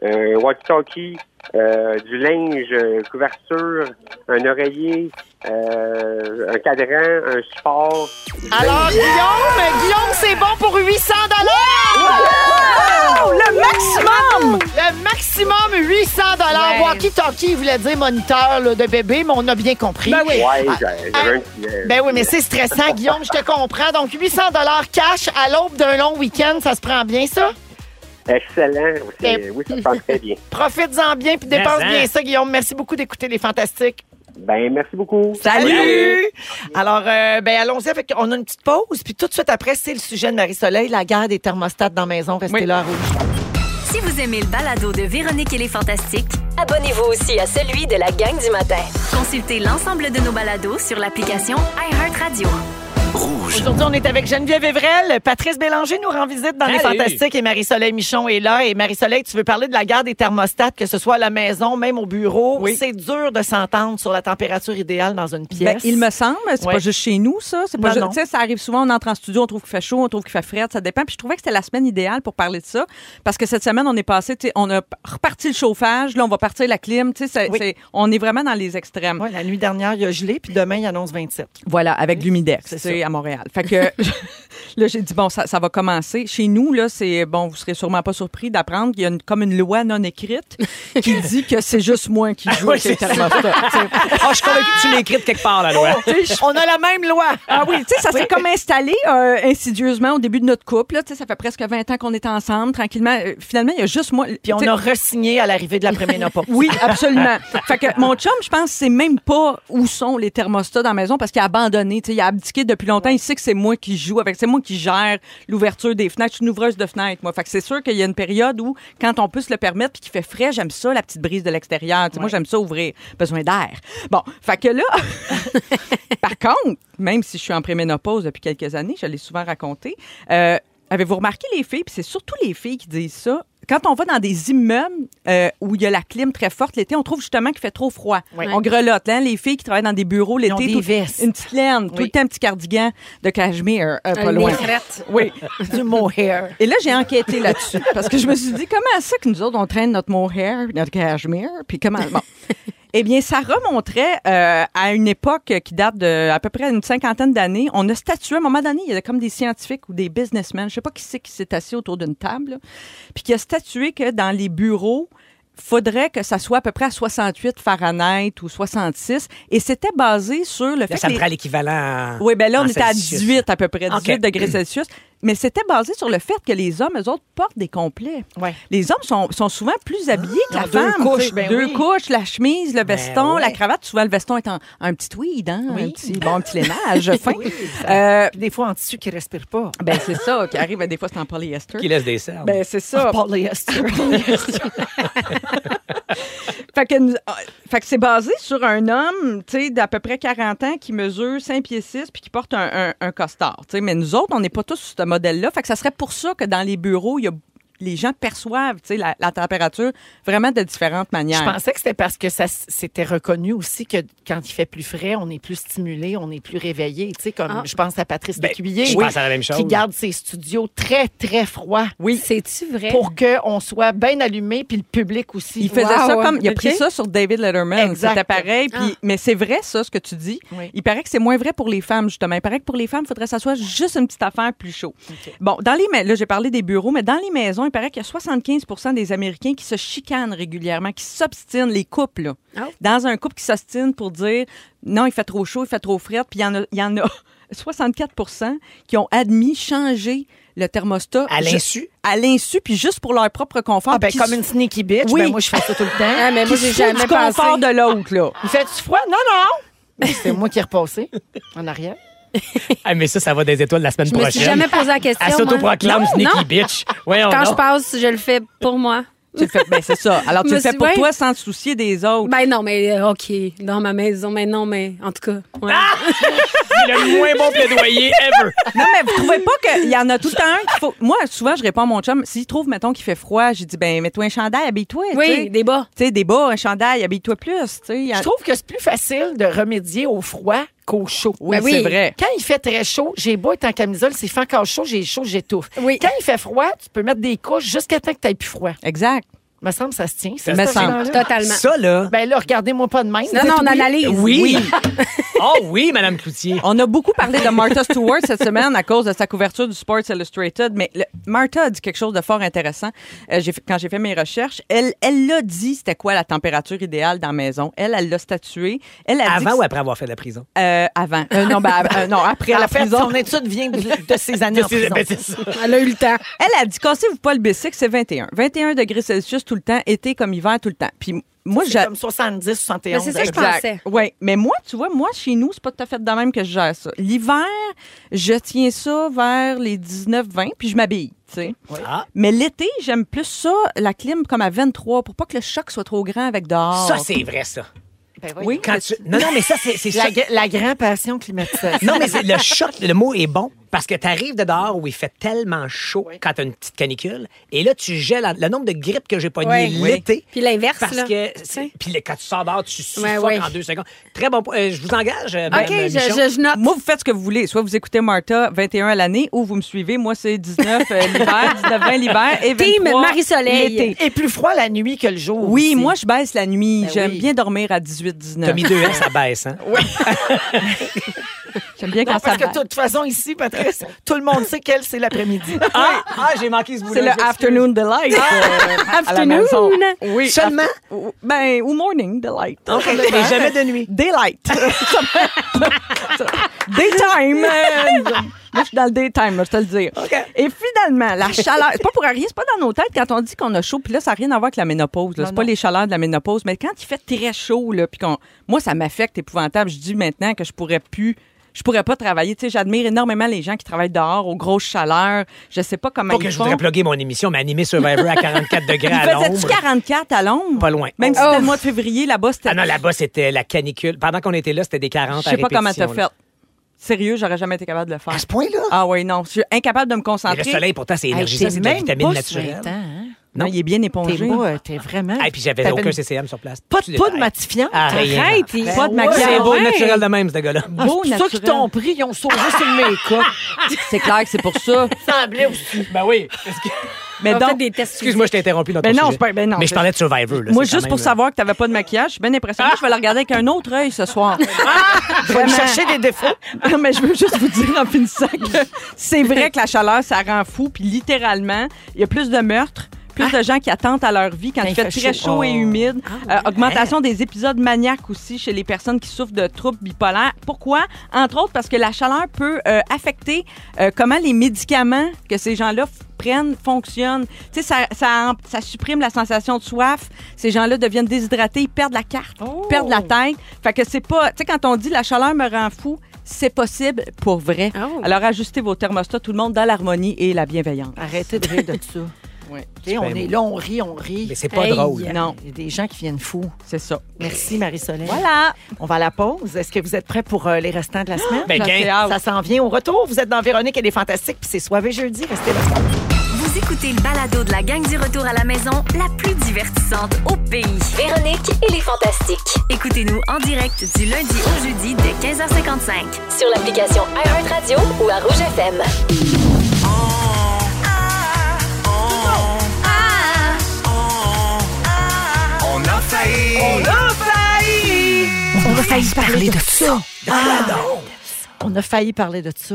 un walkie-talkie, euh, du linge, une couverture, un oreiller, euh, un cadran, un support.
Alors, Guillaume, Guillaume, c'est bon pour 800 dollars. Le maximum! Le maximum 800 dollars.
Ouais.
Walkie-talkie voulait dire moniteur là, de bébé, mais on a bien compris.
Ben oui. Ouais,
Ah,
j'avais
ah,
un petit-
ben oui, mais c'est stressant, Guillaume, je te comprends. Donc, 800 dollars cash à l'aube d'un long week-end, ça se prend bien, ça?
Excellent. C'est-
Et-
Eh Oui, ça se passe très bien.
Profites-en bien, puis dépense
Mais en.
bien ça, Guillaume. Merci beaucoup d'écouter Les Fantastiques.
Ben, merci beaucoup.
Salut! Alors, euh, ben allons-y avec... On a une petite pause, puis tout de suite après, c'est le sujet de Marie-Soleil, la guerre des thermostats dans la maison. Restez là, Rouge.
Si vous aimez le balado de Véronique et les Fantastiques, abonnez-vous aussi à celui de la gang du matin. Consultez l'ensemble de nos balados sur l'application iHeartRadio.
Aujourd'hui, on est avec Geneviève Evrel. Patrice Bélanger nous rend visite dans Les
Salut.
Fantastiques et Marie-Soleil Michon est là. Et Marie-Soleil, tu veux parler de la guerre des thermostats, que ce soit à la maison, même au bureau. C'est dur de s'entendre sur la température idéale dans une
Ben,
pièce.
il me semble, c'est
Ouais.
pas juste chez nous, ça. C'est pas
Non,
ju-
non.
tu sais, ça arrive souvent, on entre en studio, on trouve qu'il fait chaud, on trouve qu'il fait frais, ça dépend. Puis je trouvais que c'était la semaine idéale pour parler de ça. Parce que cette semaine, on est passé, tu sais, on a p- reparti le chauffage, là, on va partir la clim, tu sais, c'est- c'est- on est vraiment dans les extrêmes.
la nuit dernière, il a gelé, puis demain, il annonce 27.
Voilà, avec l'humidex, tu sais,
ça.
à Montréal. Fait que *laughs* là, j'ai dit, bon, ça, ça va commencer. Chez nous, là, c'est, bon, vous serez sûrement pas surpris d'apprendre qu'il y a une- comme une loi non écrite
*laughs*
qui dit que c'est juste moi qui joue
Ah
Oui,
avec les
c'est ça.
thermostats, tu sais.
Ah, je suis convaincu que tu l'as écrite quelque part, la loi.
Tu sais, je-
On a la même loi.
Ah oui, tu sais, ça s'est comme installé euh, insidieusement au début de notre couple. là. Tu sais, ça fait presque 20 ans qu'on est ensemble, tranquillement. Euh, finalement, il y a juste moi.
Puis on a re-signé à l'arrivée de la préménopause.
*laughs* Oui, absolument. fait que mon chum, je pense, c'est même pas où sont les thermostats dans la maison parce qu'il a abandonné. Tu sais, il a abdiqué depuis longtemps. Il sait que c'est moi qui joue avec, c'est moi qui gère l'ouverture des fenêtres. Je suis une ouvreuse de fenêtres, moi. Fait que c'est sûr qu'il y a une période où, quand on peut se le permettre puis qu'il fait frais, j'aime ça, la petite brise de l'extérieur. Tu sais, Moi, j'aime ça ouvrir. Besoin d'air. Bon, fait que là, par contre, même si je suis en préménopause depuis quelques années, je l'ai souvent raconté, euh, avez-vous remarqué les filles, puis c'est surtout les filles qui disent ça, quand on va dans des immeubles euh, où il y a la clim très forte l'été, on trouve justement qu'il fait trop froid.
Oui.
On grelotte, hein, les filles qui travaillent dans des bureaux
ont
l'été,
des
tout-
vestes.
une petite laine, tout
Oui.
le temps un petit cardigan de cachemire, euh, pas
Un
loin.
négrette.
*laughs* Oui.
Du mohair.
Et là, j'ai enquêté là-dessus parce que je me suis dit, comment ça que nous autres, on traîne notre mohair, notre cachemire, puis comment... Bon. Eh bien, ça remonterait euh, à une époque qui date de à peu près une cinquantaine d'années. On a statué, à un moment donné, il y avait comme des scientifiques ou des businessmen, je sais pas qui c'est qui s'est assis autour d'une table, là, puis qui a statué que dans les bureaux, faudrait que ça soit à peu près à 68 Fahrenheit ou 66. Et c'était basé sur le fait
Là, ça
que
me
les-
prend l'équivalent.
*laughs* oui, ben là, on
en
était à
Celsius.
18 à peu près, 18
OK.
degrés Celsius. mais c'était basé sur le fait que les hommes, eux autres, portent des complets. Les hommes sont, sont souvent plus habillés que la
Ils ont deux
femme. tu
couches,
sais.
ben
Ah, deux
oui.
couches, la chemise, le
Ben
veston,
ouais.
la cravate. Souvent, le veston est en un petit tweed, hein? un petit, bon, un petit *laughs* lénage fin. Euh,
Oui, ça-
des fois, en tissu qui ne respire pas. Ben, c'est ça, qui arrive, des fois, c'est en polyester.
Qui laisse des cernes.
Ben, c'est ça.
En
*laughs*
polyester.
fait que, nous- ah, fait que c'est basé sur un homme, tu sais, d'à peu près 40 ans qui mesure 5 pieds 6 puis qui porte un, un, un costard, tu sais. Mais nous autres, on n'est pas tous sur ce modèle-là. Fait que ça serait pour ça que dans les bureaux, il y a les gens perçoivent tu sais, la, la température vraiment de différentes manières.
Je pensais que c'était parce que ça s- c'était reconnu aussi que quand il fait plus frais, on est plus stimulé, on est plus réveillé. Tu sais, comme
Ah.
je pense à Patrice
Ben,
Lécuyer,
je pense à la même chose.
qui garde ses studios très très froids.
Oui,
c'est-tu vrai
Pour qu'on soit bien allumé, puis le public aussi.
Il faisait ça comme. Il a pris ça sur David Letterman.
Exact.
C'était pareil. puis-
Ah.
Mais c'est vrai, ça, ce que tu dis.
Oui.
Il paraît que c'est moins vrai pour les femmes, justement. Il paraît que pour les femmes, il faudrait s'asseoir juste une petite affaire plus chaud. Bon, dans les. ma- Là, j'ai parlé des bureaux, mais dans les maisons, il paraît qu'il y a 75 des Américains qui se chicanent régulièrement, qui s'obstinent, les couples, là.
Ah.
Dans un couple qui s'obstine pour dire non, il fait trop chaud, il fait trop frais. Puis il y en a. il y en a *laughs* 64 qui ont admis changer le thermostat.
À
ju-
l'insu?
À l'insu, puis juste pour leur propre confort.
Ah, ben,
puis
comme
qui
une sneaky bitch,
Oui.
ben, moi, je fais ça tout le temps.
Ah, mais moi,
Qui se
j'ai
fout
jamais
du confort
pensé.
de l'autre, là. Il fait du froid? Non, non! C'est moi qui ai repassé en arrière.
Ah, mais ça, ça va des étoiles la semaine
Je me
prochaine.
suis jamais posé la question.
Elle s'autoproclame
moi.
sneaky
Non.
bitch. Voyons
Quand
donc.
je passe, je le fais pour moi.
Tu le fais- ben, c'est ça. Alors, tu
Je
le
me
fais
suis-
pour
ouais.
toi sans te soucier des autres.
Ben non, mais euh, OK, dans ma maison, mais non, mais en tout cas. ouais.
Ah, Il a le moins bon plaidoyer ever.
Non, mais vous trouvez pas qu'il y en a tout le temps un qu'il faut. Moi, souvent, je réponds à mon chum. S'il trouve, mettons, qu'il fait froid, j'ai dit, ben, mets-toi un chandail, habille-toi.
Oui,
des bas. Tu sais, des bas, un chandail, habille-toi plus. Ah,
Je trouve que c'est plus facile de remédier au froid qu'au chaud.
Oui, Ben oui. c'est vrai.
Quand il fait très chaud, j'ai beau être en camisole, c'est fait encore chaud, j'ai chaud, j'étouffe. Quand il fait froid, tu peux mettre des couches jusqu'à temps que tu aies plus froid.
Exact.
Me semble que ça se tient.
Ça me semble. Totalement. Ça, là-
Ben là, regardez-moi pas de même.
Non,
Vous
non,
êtes
on
oubliés.
analyse.
Oui. *laughs* oh oui, Madame Cloutier.
On a beaucoup parlé de Martha Stewart cette semaine à cause de sa couverture du Sports Illustrated, mais le- Martha a dit quelque chose de fort intéressant euh, j'ai fait- quand j'ai fait mes recherches. Elle elle l'a dit, c'était quoi la température idéale dans la maison. Elle, elle l'a statué. Elle a dit que-
Avant ou après avoir fait de la prison?
Euh, avant. Euh, non, ben, euh, non,
*laughs*
après
En
la
fait,
prison.
son étude vient de,
*laughs*
de ses années
De
en
ses-
prison.
ben, c'est ça. Elle a eu le temps. Elle a dit cassez-vous pas le bicycle, c'est 21. 21 degrés Celsius tout le temps, été comme hiver tout le temps. Puis moi,
C'est
j'a-
comme 70, 71.
Mais c'est ça que je
Exact.
pensais. Oui, mais moi, tu vois, moi, chez nous, c'est pas tout à fait de même que je gère ça. L'hiver, je tiens ça vers les 19-20, puis je m'habille, tu sais.
Ah.
Mais l'été, j'aime plus ça, la clim comme à 23, pour pas que le choc soit trop grand avec dehors.
Ça, c'est vrai, ça.
Oh. Oui.
Quand tu- Non, non, mais ça, c'est c'est
la,
ça.
gra- la grande passion climatisation.
Non, mais c'est le choc, le mot est bon. Parce que tu arrives de dehors où il fait tellement chaud quand tu as une petite canicule, et là, tu gèles. en- Le nombre de grippes que j'ai pognées
Ouais.
l'été.
Puis l'inverse,
Parce
là.
que. c'est- Puis le- quand tu sors dehors, tu suffoques
Ouais, ouais.
en deux secondes. Très bon point. Euh, je vous engage. euh, Madame Michon.
note. Moi, vous faites ce que vous voulez. Soit vous écoutez Martha 21 à l'année ou vous me suivez. Moi, c'est 19
*laughs*
euh, l'hiver, 19-20 l'hiver et 23
Team Marie-Soleil.
l'été.
Et plus froid la nuit que le jour.
Oui,
aussi.
moi, je baisse la nuit.
Ben
J'aime
oui.
bien dormir à 18-19.
T'as mis deux S, ça baisse, hein?
J'aime bien
Non,
quand
parce
ça
que
baisse.
de toute façon, ici, Patrice, tout le monde sait quel c'est l'après-midi.
Ah, ah, j'ai manqué ce bout
C'est le afternoon delight.
Ah!
euh,
*laughs*
à la maison. Oui.
Seulement?
Af- ben, ou morning delight.
OK. Mais jamais de nuit. *laughs*
Daylight. *laughs* daytime. euh, Moi, je suis dans le daytime, là, je te le dis. Et finalement, la chaleur, c'est pas pour rien, c'est pas dans nos têtes quand on dit qu'on a chaud, puis là, ça n'a rien à voir avec la ménopause. là. C'est pas les chaleurs de la ménopause, mais quand il fait très chaud, là, puis qu'on. Moi, ça m'affecte épouvantable. Je dis maintenant que je pourrais plus. Je pourrais pas travailler. Tu sais, j'admire énormément les gens qui travaillent dehors aux grosses chaleurs. Je sais pas comment
Pas
ils
que je
font.
voudrais plugger mon émission, mais animer Survivor à 44 degrés à
Il faisait-tu
l'ombre.
44 à l'ombre?
Pas loin.
Même si c'était le mois de février, là-bas, c'était...
Ah non, là-bas, c'était la canicule. Pendant qu'on était là, c'était des 40
Je sais pas comment t'as fait. Sérieux, j'aurais jamais été capable de le faire. À ce
point-là?
Ah oui, non. Je suis incapable de me concentrer.
Mais le soleil, pourtant, c'est énergisant, c'est de la vitamine naturelle.
Non, il est bien épongé.
T'es
hein?
beau, euh, t'es vraiment.
Et puis j'avais
T'avais
aucun
une-
CCM sur place.
Pas,
Tu
de- pas de
détailles.
matifiante.
Ah, rien.
Arrête,
Ben
pas de
ouais.
matifiante.
C'est beau
Ouais.
naturel de même,
*laughs*
ce gars-là.
Ah, c'est pour ça qu'ils t'ont pris, ils ont sauvé sur le make-up.
C'est clair que c'est pour ça.
Semblait aussi.
Ben oui.
*laughs* Mais
On
donc,
fait des Excuse-moi, je t'ai interrompu dans
Ben
ton
non,
sujet.
c'est pas- ben non,
Mais je
c'est-
parlais de Survivor. là,
Moi,
c'est quand
juste pour
même-
savoir que t'avais pas de maquillage, je suis bien impressionnée. Je vais le regarder avec un autre œil ce soir.
Je vais me chercher des défauts.
Non, mais je veux juste vous dire en finissant que c'est vrai que la chaleur, ça rend fou. Puis littéralement, il y a plus de meurtres, plus de gens qui attendent à leur vie quand, il fait, très chaud, et humide.
Ah
Euh, augmentation des épisodes maniaques aussi chez les personnes qui souffrent de troubles bipolaires. Pourquoi? Entre autres parce que la chaleur peut euh, affecter euh, comment les médicaments que ces gens-là f- prennent fonctionnent. Tu sais, ça, ça, ça supprime la sensation de soif. Ces gens-là deviennent déshydratés, ils perdent la carte, perdent
Oh!
la tête. Fait que c'est pas... Tu sais, quand on dit la chaleur me rend fou, c'est possible pour vrai.
Ah
Alors ajustez vos thermostats, tout le monde, dans l'harmonie et la bienveillance.
Arrêtez de rire de ça.
Ouais.
Tu sais, on est là, on rit, on rit.
Mais c'est pas Hey. drôle.
Non. Il y a des gens qui viennent fous.
C'est ça.
Merci, Marie-Soleil.
Voilà.
On va à la pause. Est-ce que vous êtes prêts pour euh, les restants de la semaine?
Ben, gang.
Ça s'en vient au retour. Vous êtes dans Véronique, elle est fantastique, puis c'est soirée jeudi. Restez là.
Vous écoutez le balado de la gang du retour à la maison, la plus divertissante au pays. Véronique et les Fantastiques. Écoutez-nous en direct du lundi au jeudi dès 15h55 sur l'application iHeartRadio ou à Rouge FM.
On a failli.
On a failli. On a failli parler de ça. On a failli parler de ça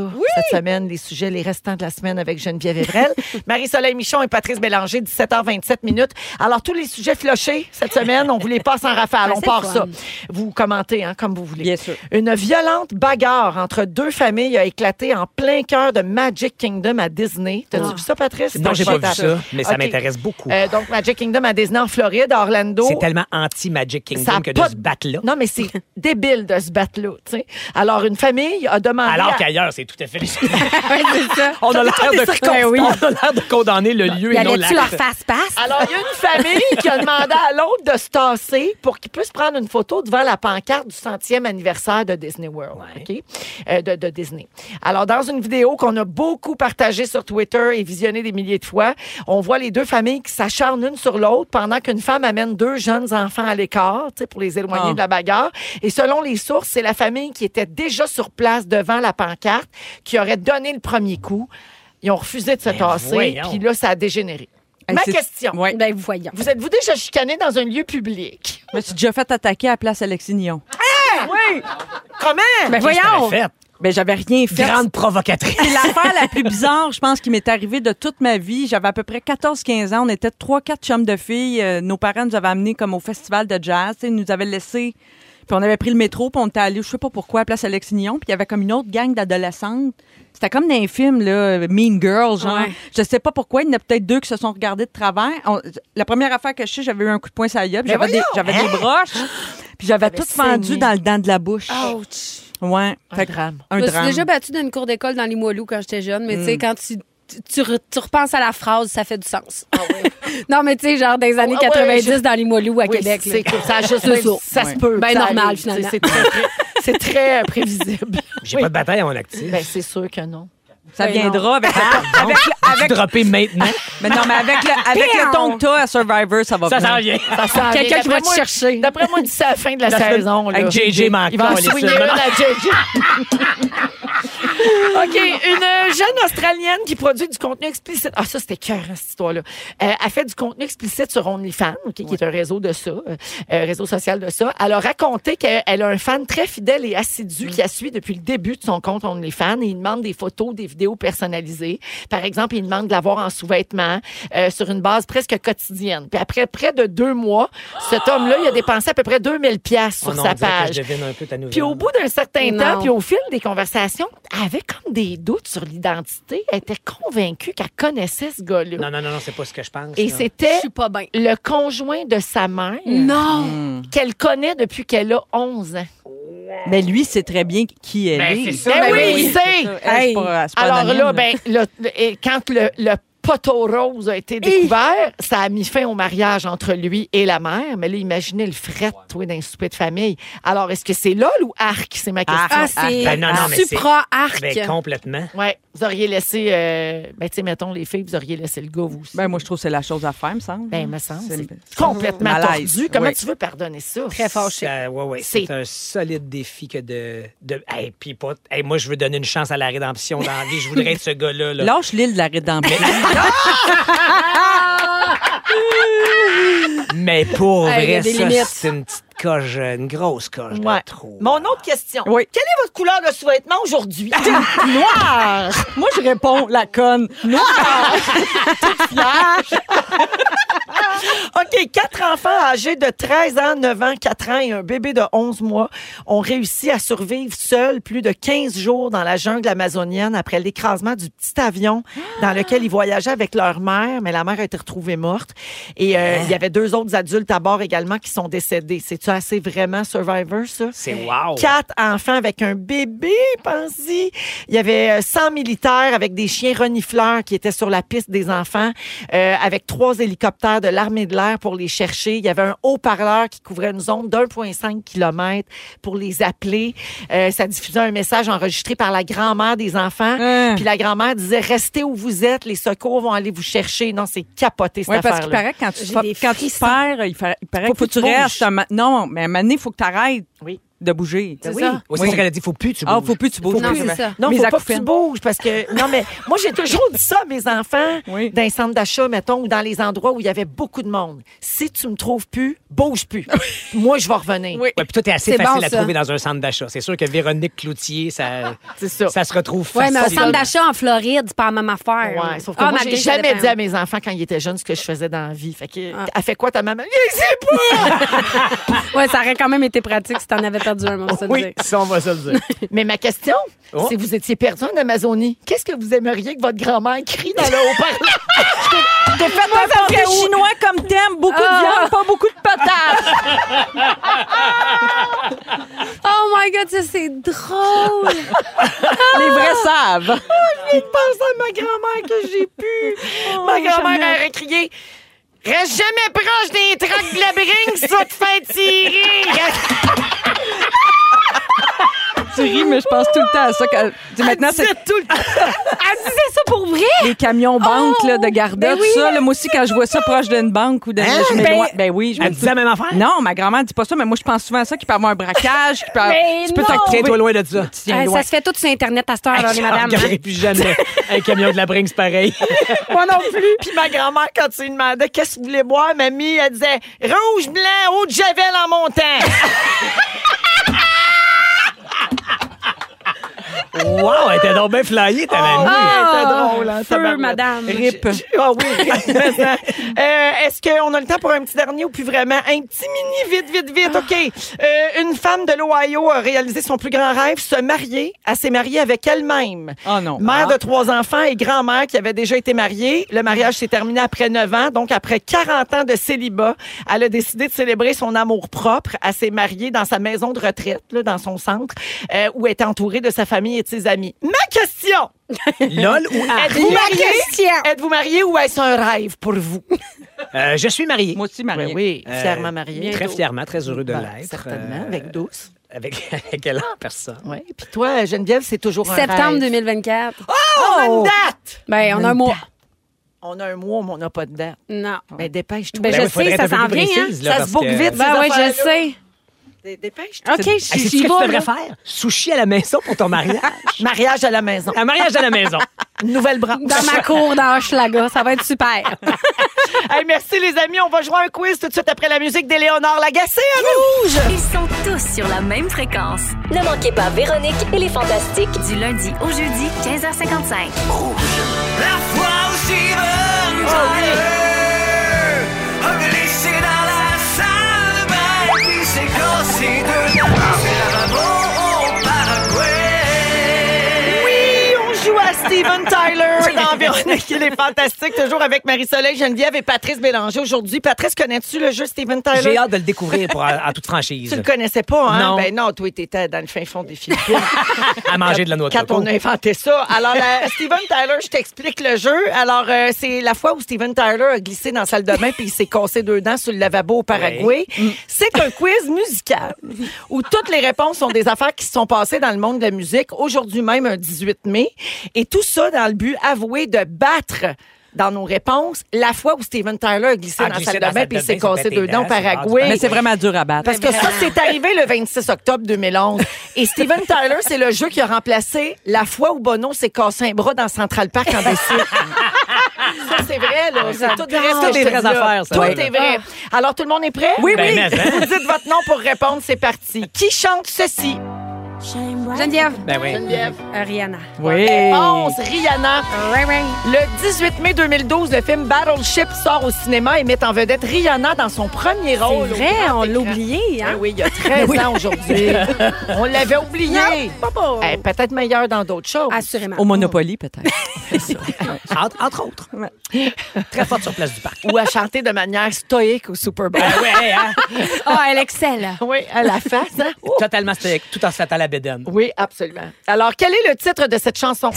cette semaine, les sujets, les restants de la semaine avec Geneviève
*laughs*
Evrel, Marie-Soleil Michon et Patrice Bélanger, 17h27 minutes. Alors, tous les sujets flochés cette semaine, on vous les passe en rafale.
*laughs* Ah,
on
c'est
part
le fun.
ça. Vous commentez hein, comme vous voulez. Une violente bagarre entre deux familles a éclaté en plein cœur de Magic Kingdom à Disney. T'as-tu
Ah.
vu ça, Patrice?
Non, j'ai pas vu ça, mais ça
Ok.
m'intéresse beaucoup.
Euh, donc, Magic Kingdom à Disney en Floride, à Orlando.
C'est tellement anti-Magic
Ça a
Kingdom que de
pas
se battre là.
Non, mais
*laughs*
c'est débile de se battre là. tu sais. Alors, une famille a demandé.
Alors
à-
qu'ailleurs, c'est tout à fait
On
*laughs* On
a
a l'air
Tout des
de,
circonstances.
Ouais,
Ben
oui. On a l'air de condamner le lieu
y
et non
allait-tu
l'acte.
leur face
passe?
Alors, il y a une famille qui a demandé à l'autre de se tasser pour qu'il puisse prendre une photo devant la pancarte du centième anniversaire de Disney World, OK? Euh, de, de Disney. Alors, dans une vidéo qu'on a beaucoup partagée sur Twitter et visionnée des milliers de fois, on voit les deux familles qui s'acharnent l'une sur l'autre pendant qu'une femme amène deux jeunes enfants à l'écart, tu sais, pour les éloigner
Ah.
de la bagarre. Et selon les sources, c'est la famille qui était déjà sur place devant la pancarte qui aurait donné le premier coup. Ils ont refusé de se tasser,
voyons.
puis là, ça a dégénéré.
Hey,
Ma
c'est-
question.
Ben, voyons.
Vous êtes-vous déjà chicané dans un lieu public?
Je me suis déjà fait attaquer à Place Alexignon.
Oui! Comment?
Ben voyons! Ben j'avais rien fait.
*laughs* Grande provocatrice.
*laughs* C'est l'affaire la plus bizarre, je pense, qui m'est arrivée de toute ma vie. J'avais à peu près 14-15 ans. On était trois, quatre chums de filles. Euh, nos parents nous avaient amenés comme au festival de jazz. Tu sais, Ils nous avaient laissés. Puis on avait pris le métro, puis on était allés, je sais pas pourquoi, à Place Alexignon. Puis il y avait comme une autre gang d'adolescentes. C'était comme dans un film, là, Mean Girls, genre.
Ouais.
Je sais pas pourquoi. Il y en a peut-être deux qui se sont regardés de travers. On- la première affaire que je sais, j'avais eu un coup de poing sur la gueule, puis
Mais
J'avais des,
voyons!
j'avais des
Hein?
broches. Puis j'avais
T'avais
tout fendu
saigné. Oh.
dans le dent de la bouche. Ouais. Un drame. Un
je me
drame.
suis déjà battue dans une cour d'école dans les Moilous quand j'étais jeune, mais
Mm.
tu sais, quand tu, tu, re- tu repenses à la phrase, ça fait du sens. *laughs* non, mais tu sais, genre des années
Ah ouais,
90
je-
dans les Moilous à
Oui,
Québec.
c'est
là.
que Ben, ça a juste-
C'est ça.
ça se peut,
Ben
ça
normal,
arrive,
finalement.
tu sais, c'est très- *laughs* C'est très euh, prévisible.
J'ai pas de bataille à mon actif. *laughs*
Ben, c'est sûr que non.
Ça
Ben
viendra
non.
avec le ton- avec le- avec- Ah,
Dropper maintenant.
Mais non, mais avec le, avec le ton que t'as à Survivor, ça va
Ça s'en
venir.
vient. Ça s'en vient.
Quelqu'un qui va te
chercher.
D'après moi, d'ici à la fin de la,
La semaine-
saison. là.
Avec JJ Manco,
Il va en
les
swinguer
seuls.
une à JJ. OK, une jeune Australienne qui produit du contenu explicite. Ah, ça, c'était cœur, cette histoire-là. Euh, elle fait du contenu explicite sur OnlyFans, OK, qui est un réseau de ça, euh, euh, réseau social de ça. Elle a raconté qu'elle elle a un fan très fidèle et
Mm.
assidu qui la suit depuis le début de son compte OnlyFans. Et il demande des photos, des vidéos personnalisées. Par exemple, il demande de l'avoir en sous-vêtements euh, sur une base presque quotidienne. Puis après près de deux mois, cet homme-là, il a dépensé à peu près 2000 pièces sur
Oh non, on
sa
dirait que
page.
Je devine un peu ta nouvelle.
Puis au bout d'un certain
Non.
temps, puis au fil des conversations, elle avait comme des doutes sur l'identité. Elle était convaincue qu'elle connaissait ce gars-là.
Non, non, non, non, c'est pas ce que je pense.
Et
là.
c'était le conjoint de sa mère.
Non.
Mm.
Qu'elle connaît depuis qu'elle a 11 ans.
Mais Ben, lui, c'est très bien qui elle
Ben,
est.
c'est ça. Ben oui, il sait. Hey. Alors là, ben, le- le- et quand le, le poteau rose a été découvert, ça a mis fin au mariage entre lui et la mère. Mais là, imaginez le fret, toi, d'un souper de famille. Alors, est-ce que c'est LOL ou ARC? C'est ma question.
Ah, c'est Ben non, non, mais c'est-
supra-arc.
Ben, complètement.
Ouais, vous auriez laissé, euh, ben, tu sais, mettons, les filles, vous auriez laissé le gars, vous aussi.
Ben, moi, je trouve que c'est la chose à faire, me semble.
Ben, me semble.
C'est-
C'est complètement
Malaise,
tordu. Comment
oui.
tu veux pardonner ça?
Ça, ouais, ouais, c'est un solide défi que de. de hey, puis pas- hey, moi, je veux donner une chance à la rédemption dans la vie. Je voudrais être ce gars-là. là.
Lâche l'île de la rédemption.
Ben, *laughs*
Mais pour
Hey, il y a
vrai,
des
ça,
limites.
c'est une petite coche, euh, une grosse coche de
Ouais.
trou.
Mon autre question. Quelle est votre couleur de sous-vêtement aujourd'hui? *laughs* Noir!
Moi, je réponds la conne.
Noir! Toute fière. *laughs* OK, quatre enfants âgés de 13 ans, 9 ans, 4 ans et un bébé de 11 mois ont réussi à survivre seuls plus de 15 jours dans la jungle amazonienne après l'écrasement du petit avion dans lequel ils voyageaient avec leur mère, mais la mère a été retrouvée morte. Et euh, il y avait deux autres adultes à bord également qui sont décédés. C'est-tu assez vraiment Survivor, ça?
C'est wow.
Quatre enfants avec un bébé, pense-y. Il y avait euh, 100 militaires avec des chiens renifleurs qui étaient sur la piste des enfants, euh, avec trois hélicoptères de l'armée de l'air pour les chercher. Il y avait un haut-parleur qui couvrait une zone d'1,5 km pour les appeler. Euh, ça diffusait un message enregistré par la grand-mère des enfants.
Hein.
Puis la grand-mère disait, restez où vous êtes, les secours vont aller vous chercher. Non, c'est capoté, cette
Oui, parce qu'il
affaire-là.
paraît que quand tu, fa- quand tu perds, il, fa- il paraît
Faut-
que faut que tu
bouges.
restes. un ma- Non, mais à un moment donné, il faut que tu arrêtes de bouger.
Ben
Ben
C'est Oui. ça.
Ou c'est ça qu'elle a dit, faut plus que tu
Ah,
bouges.
faut plus que tu bouges.
Non,
Exactement.
c'est ça. Non,
Mes
faut pas que
acouphènes.
tu bouges parce que non mais moi j'ai toujours dit ça à mes enfants dans les centres d'achat mettons ou dans les endroits où il y avait beaucoup de monde. Si tu me trouves plus, bouge plus. moi je vais revenir.
Ouais, puis toi, t'es assez facile à trouver dans un centre d'achat. C'est sûr que Véronique Cloutier, ça, ça. se retrouve
Oui, mais
facilement.
au centre d'achat en Floride, c'est pas la même affaire. Ah,
Ouais, sauf que moi, j'ai jamais dit à mes enfants quand ils étaient jeunes ce que je faisais dans la vie. Fait que, elle fait quoi ta maman? Je sais pas!
ouais, ça aurait quand même été pratique si t'en avais perdu un, mon
Oui,
ça, on va se le dire.
Mais ma question,
Oh.
si vous étiez perdu en Amazonie, qu'est-ce que vous aimeriez que votre grand-mère crie dans le haut-parleur? T'es fait Ah!
Moi, parce que chinois comme t'aimes, beaucoup de viande, pas beaucoup de patates.
Oh my God, ça, c'est drôle!
*laughs*
Les vrais savent.
Je viens de penser à ma grand-mère que j'ai pu. ma grand-mère aurait crié Reste jamais proche des trucks de la bringue, ça te fait tirer.
Tu ris, mais je pense tout le temps à ça. Quand... Tu sais, Maintenant, c'est
tout le temps.
Elle
disait ça pour vrai.
Les camions banques là, de Garda,
ben
tout
oui.
ça. là, moi aussi, quand je vois ça proche d'une banque ou d'un.
Hein?
je
Ben-
m'éloigne. Ben, oui. Je
Elle
me-
disait la même affaire?
Non, ma grand-mère dit pas ça, mais moi, je pense souvent à ça qu'il peut y avoir un braquage. qu'il peut y avoir-
Mais
tu peux
non!
t'en trouver.
Tiens-toi loin de ça.
Tiens,
Euh,
loin.
ça se fait tout sur Internet à cette heure, là, les
Je
madames. hein.
regarderai Ah, plus jamais un camion de la bringue, c'est pareil.
*laughs* Moi non plus. Puis ma grand-mère, quand tu lui demandais qu'est-ce que vous voulez boire, mamie, elle disait rouge, blanc, eau de javel en montant.
Wow, elle était donc bien flyée, ta
Ah oui,
mamie.
elle était drôle, hein,
feu,
tabarouette.
madame.
Rip. Ah oui, *laughs* mais ça. Euh, Est-ce qu'on a le temps pour un petit dernier ou plus vraiment? Un petit mini, vite, vite, vite. OK. Euh, une femme de l'Ohio a réalisé son plus grand rêve, se marier. Elle s'est mariée avec elle-même.
Oh non.
Mère de trois enfants et grand-mère qui avait déjà été mariée. Le mariage s'est terminé après 9 ans, donc après 40 ans de célibat. Elle a décidé de célébrer son amour propre. Elle s'est mariée dans sa maison de retraite, là, dans son centre, euh, où elle était entourée de sa famille et de ses amis. Ma question!
Lol ou ah?
Êtes-vous
Ma
marié? Êtes-vous marié ou est-ce un rêve pour vous? Ben
Euh, je suis mariée. Moi
aussi mariée.
Oui,
Euh,
oui, fièrement mariée.
Très
Bientôt.
fièrement, très heureux de
Ben,
l'être. euh,
certainement,
avec
douce.
Avec, *laughs* avec elle en personne.
Oui. Puis toi, Geneviève, c'est toujours un
*laughs*
rêve.
Septembre 2024. Oh,
on a une date!
Ben, on a un
une
mois.
date. On a un mois, mais on n'a pas de date.
Non.
Ben, dépêche-toi.
Ben, je sais, ça s'en vient. hein.
ça se boucle vite.
Ben, oui, je sais.
sais. Dépêche-toi.
OK, je
Hey,
suis
sais-tu Ah, ce que tu devrais faire? Sushi à la maison pour ton mariage.
mariage à la maison.
Un mariage à la maison.
Une nouvelle branche.
Dans ma cour, dans Hochelaga. Ça va être super.
*laughs* Hey, merci, les amis. On va jouer à un quiz tout de suite après la musique d'Éléonore Lagacé à Rouge.
Ils sont tous sur la même fréquence. Ne manquez pas Véronique et les Fantastiques du lundi au jeudi 15h55.
La fois où Steven Tyler a glissé dans la salle de bain, puis s'est cassé deux dents. C'est la au Paraguay.
Oui, on joue à Steven
*laughs*
Tyler dans Véronique il est fantastique, toujours avec Marie-Soleil, Geneviève et Patrice Bélanger aujourd'hui. Patrice, connais-tu le jeu Steven Tyler?
J'ai hâte de le découvrir pour, en, en toute franchise.
Tu le connaissais pas, hein?
Non.
Ben non, toi, t'étais dans le fin fond des Philippines.
à manger de la noix de
Quand
coco.
on a inventé ça. Alors, la- Steven Tyler, je t'explique le jeu. Alors, euh, c'est la fois où Steven Tyler a glissé dans la salle de bain puis il s'est cassé deux dents sur le lavabo au Paraguay. C'est un quiz musical où toutes les réponses sont des affaires qui se sont passées dans le monde de la musique aujourd'hui même, un 18 mai. Et tout ça dans le but avoué de battre dans nos réponses, la fois où Steven Tyler a glissé
Ah,
dans la
glissé
salle
dans
de bain
la
puis il
salle
s'est
de bain,
cassé
c'est
deux dents au
dégueulasse,
Paraguay.
Mais c'est vraiment dur à battre.
Parce que ça, c'est arrivé le 26 octobre 2011. Et Steven Tyler, c'est le jeu qui a remplacé la fois où Bono s'est cassé un bras dans Central Park en décembre. Ça, c'est vrai, là. C'est tout le reste
Toutes
que je
des
te
vraies
dis, là.
affaires, ça.
Tout
Oui.
est vrai. Alors, tout le monde est prêt?
Oui, Ben,
oui.
oui. mais, hein.
Vous dites votre nom pour répondre, c'est parti. Qui chante ceci?
Geneviève.
Ben oui. Geneviève.
Euh, Rihanna.
Oui. Réponse, Rihanna. Le 18 mai 2012, le film Battleship sort au cinéma et met en vedette Rihanna dans son premier rôle.
vrai,
on l'a oublié. Hein? Oui, il y a 13
Oui.
ans aujourd'hui. on l'avait oublié. Elle est Peut-être meilleure dans d'autres choses.
Assurément.
Au Monopoly, peut-être.
Entre, autres. Très forte sur Place du Parc. Ou à chanter de manière stoïque au Super Bowl.
Ah ouais, hein?
Ah, elle excelle. Oui, à la face. hein?
Totalement stoïque, tout en s'attant à la bédaine.
Oui, absolument. Alors, quel est le titre de cette chanson?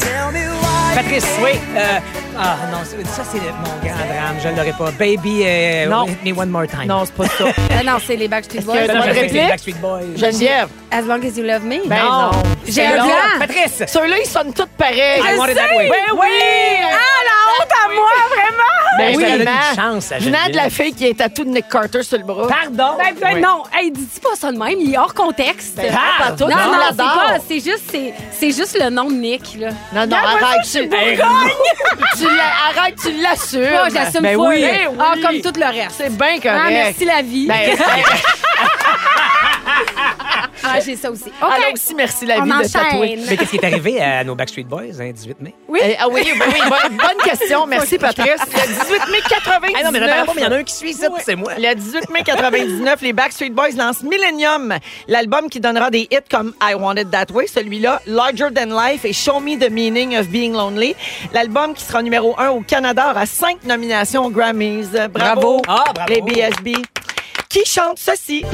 Patrice, oui. euh, ah non, c'est- ça c'est le- mon grand drame, je l'aurais pas. Baby, euh,
Non.
hit me one more time.
Non, c'est pas ça.
Ah non, c'est les Backstreet Boys.
qu'il y a un droit de réplique? Les Backstreet Boys. Geneviève.
As long as you love me.
Ben non.
J'ai un plan.
Patrice.
Ceux-là, ils sonnent tous pareils.
Je sais.
Ben oui.
Ah,
la honte à moi, vraiment.
Ben
Ben
oui.
oui.
Ça donne une
Venant-
chance à
Venant
Geneviève.
de la fille qui est à tout de Nick Carter sur le bras.
Pardon?
Ben, ben, non, hey, dis pas ça de même, il est hors contexte.
Ben, pas
non,
partout,
non,
on
c'est
l'adore.
pas, c'est juste, c'est, c'est juste le nom de Nick, là.
Non, non, arrête. tu- Tu l'as- arrête, tu l'assumes.
Moi, j'assume
Ben
full.
oui.
Ben
oui.
Ah, comme tout le reste.
C'est bien correct.
Ah, merci la vie. *laughs*
Ben, ben,
ah, j'ai ça aussi. OK.
Alors aussi, merci la
On
vie de
enchaîne.
tatouer.
Mais qu'est-ce qui est arrivé à nos Backstreet Boys, hein, 18 mai?
Oui. ah oui, oui, oui, bonne, *laughs* bonne question. Merci, Patrice. Le 18 mai 99.
Ah non, mais regarde pas, mais il y en a un qui suit, ça, c'est moi.
Le 18 mai 99, les Backstreet Boys lancent Millennium, l'album qui donnera des hits comme I Want It That Way, celui-là, Larger Than Life et Show Me the Meaning of Being Lonely. L'album qui sera numéro un au Canada aura cinq nominations aux Grammys. Euh, Bravo,
Bravo. Ah, bravo.
les BSB. Qui chante ceci?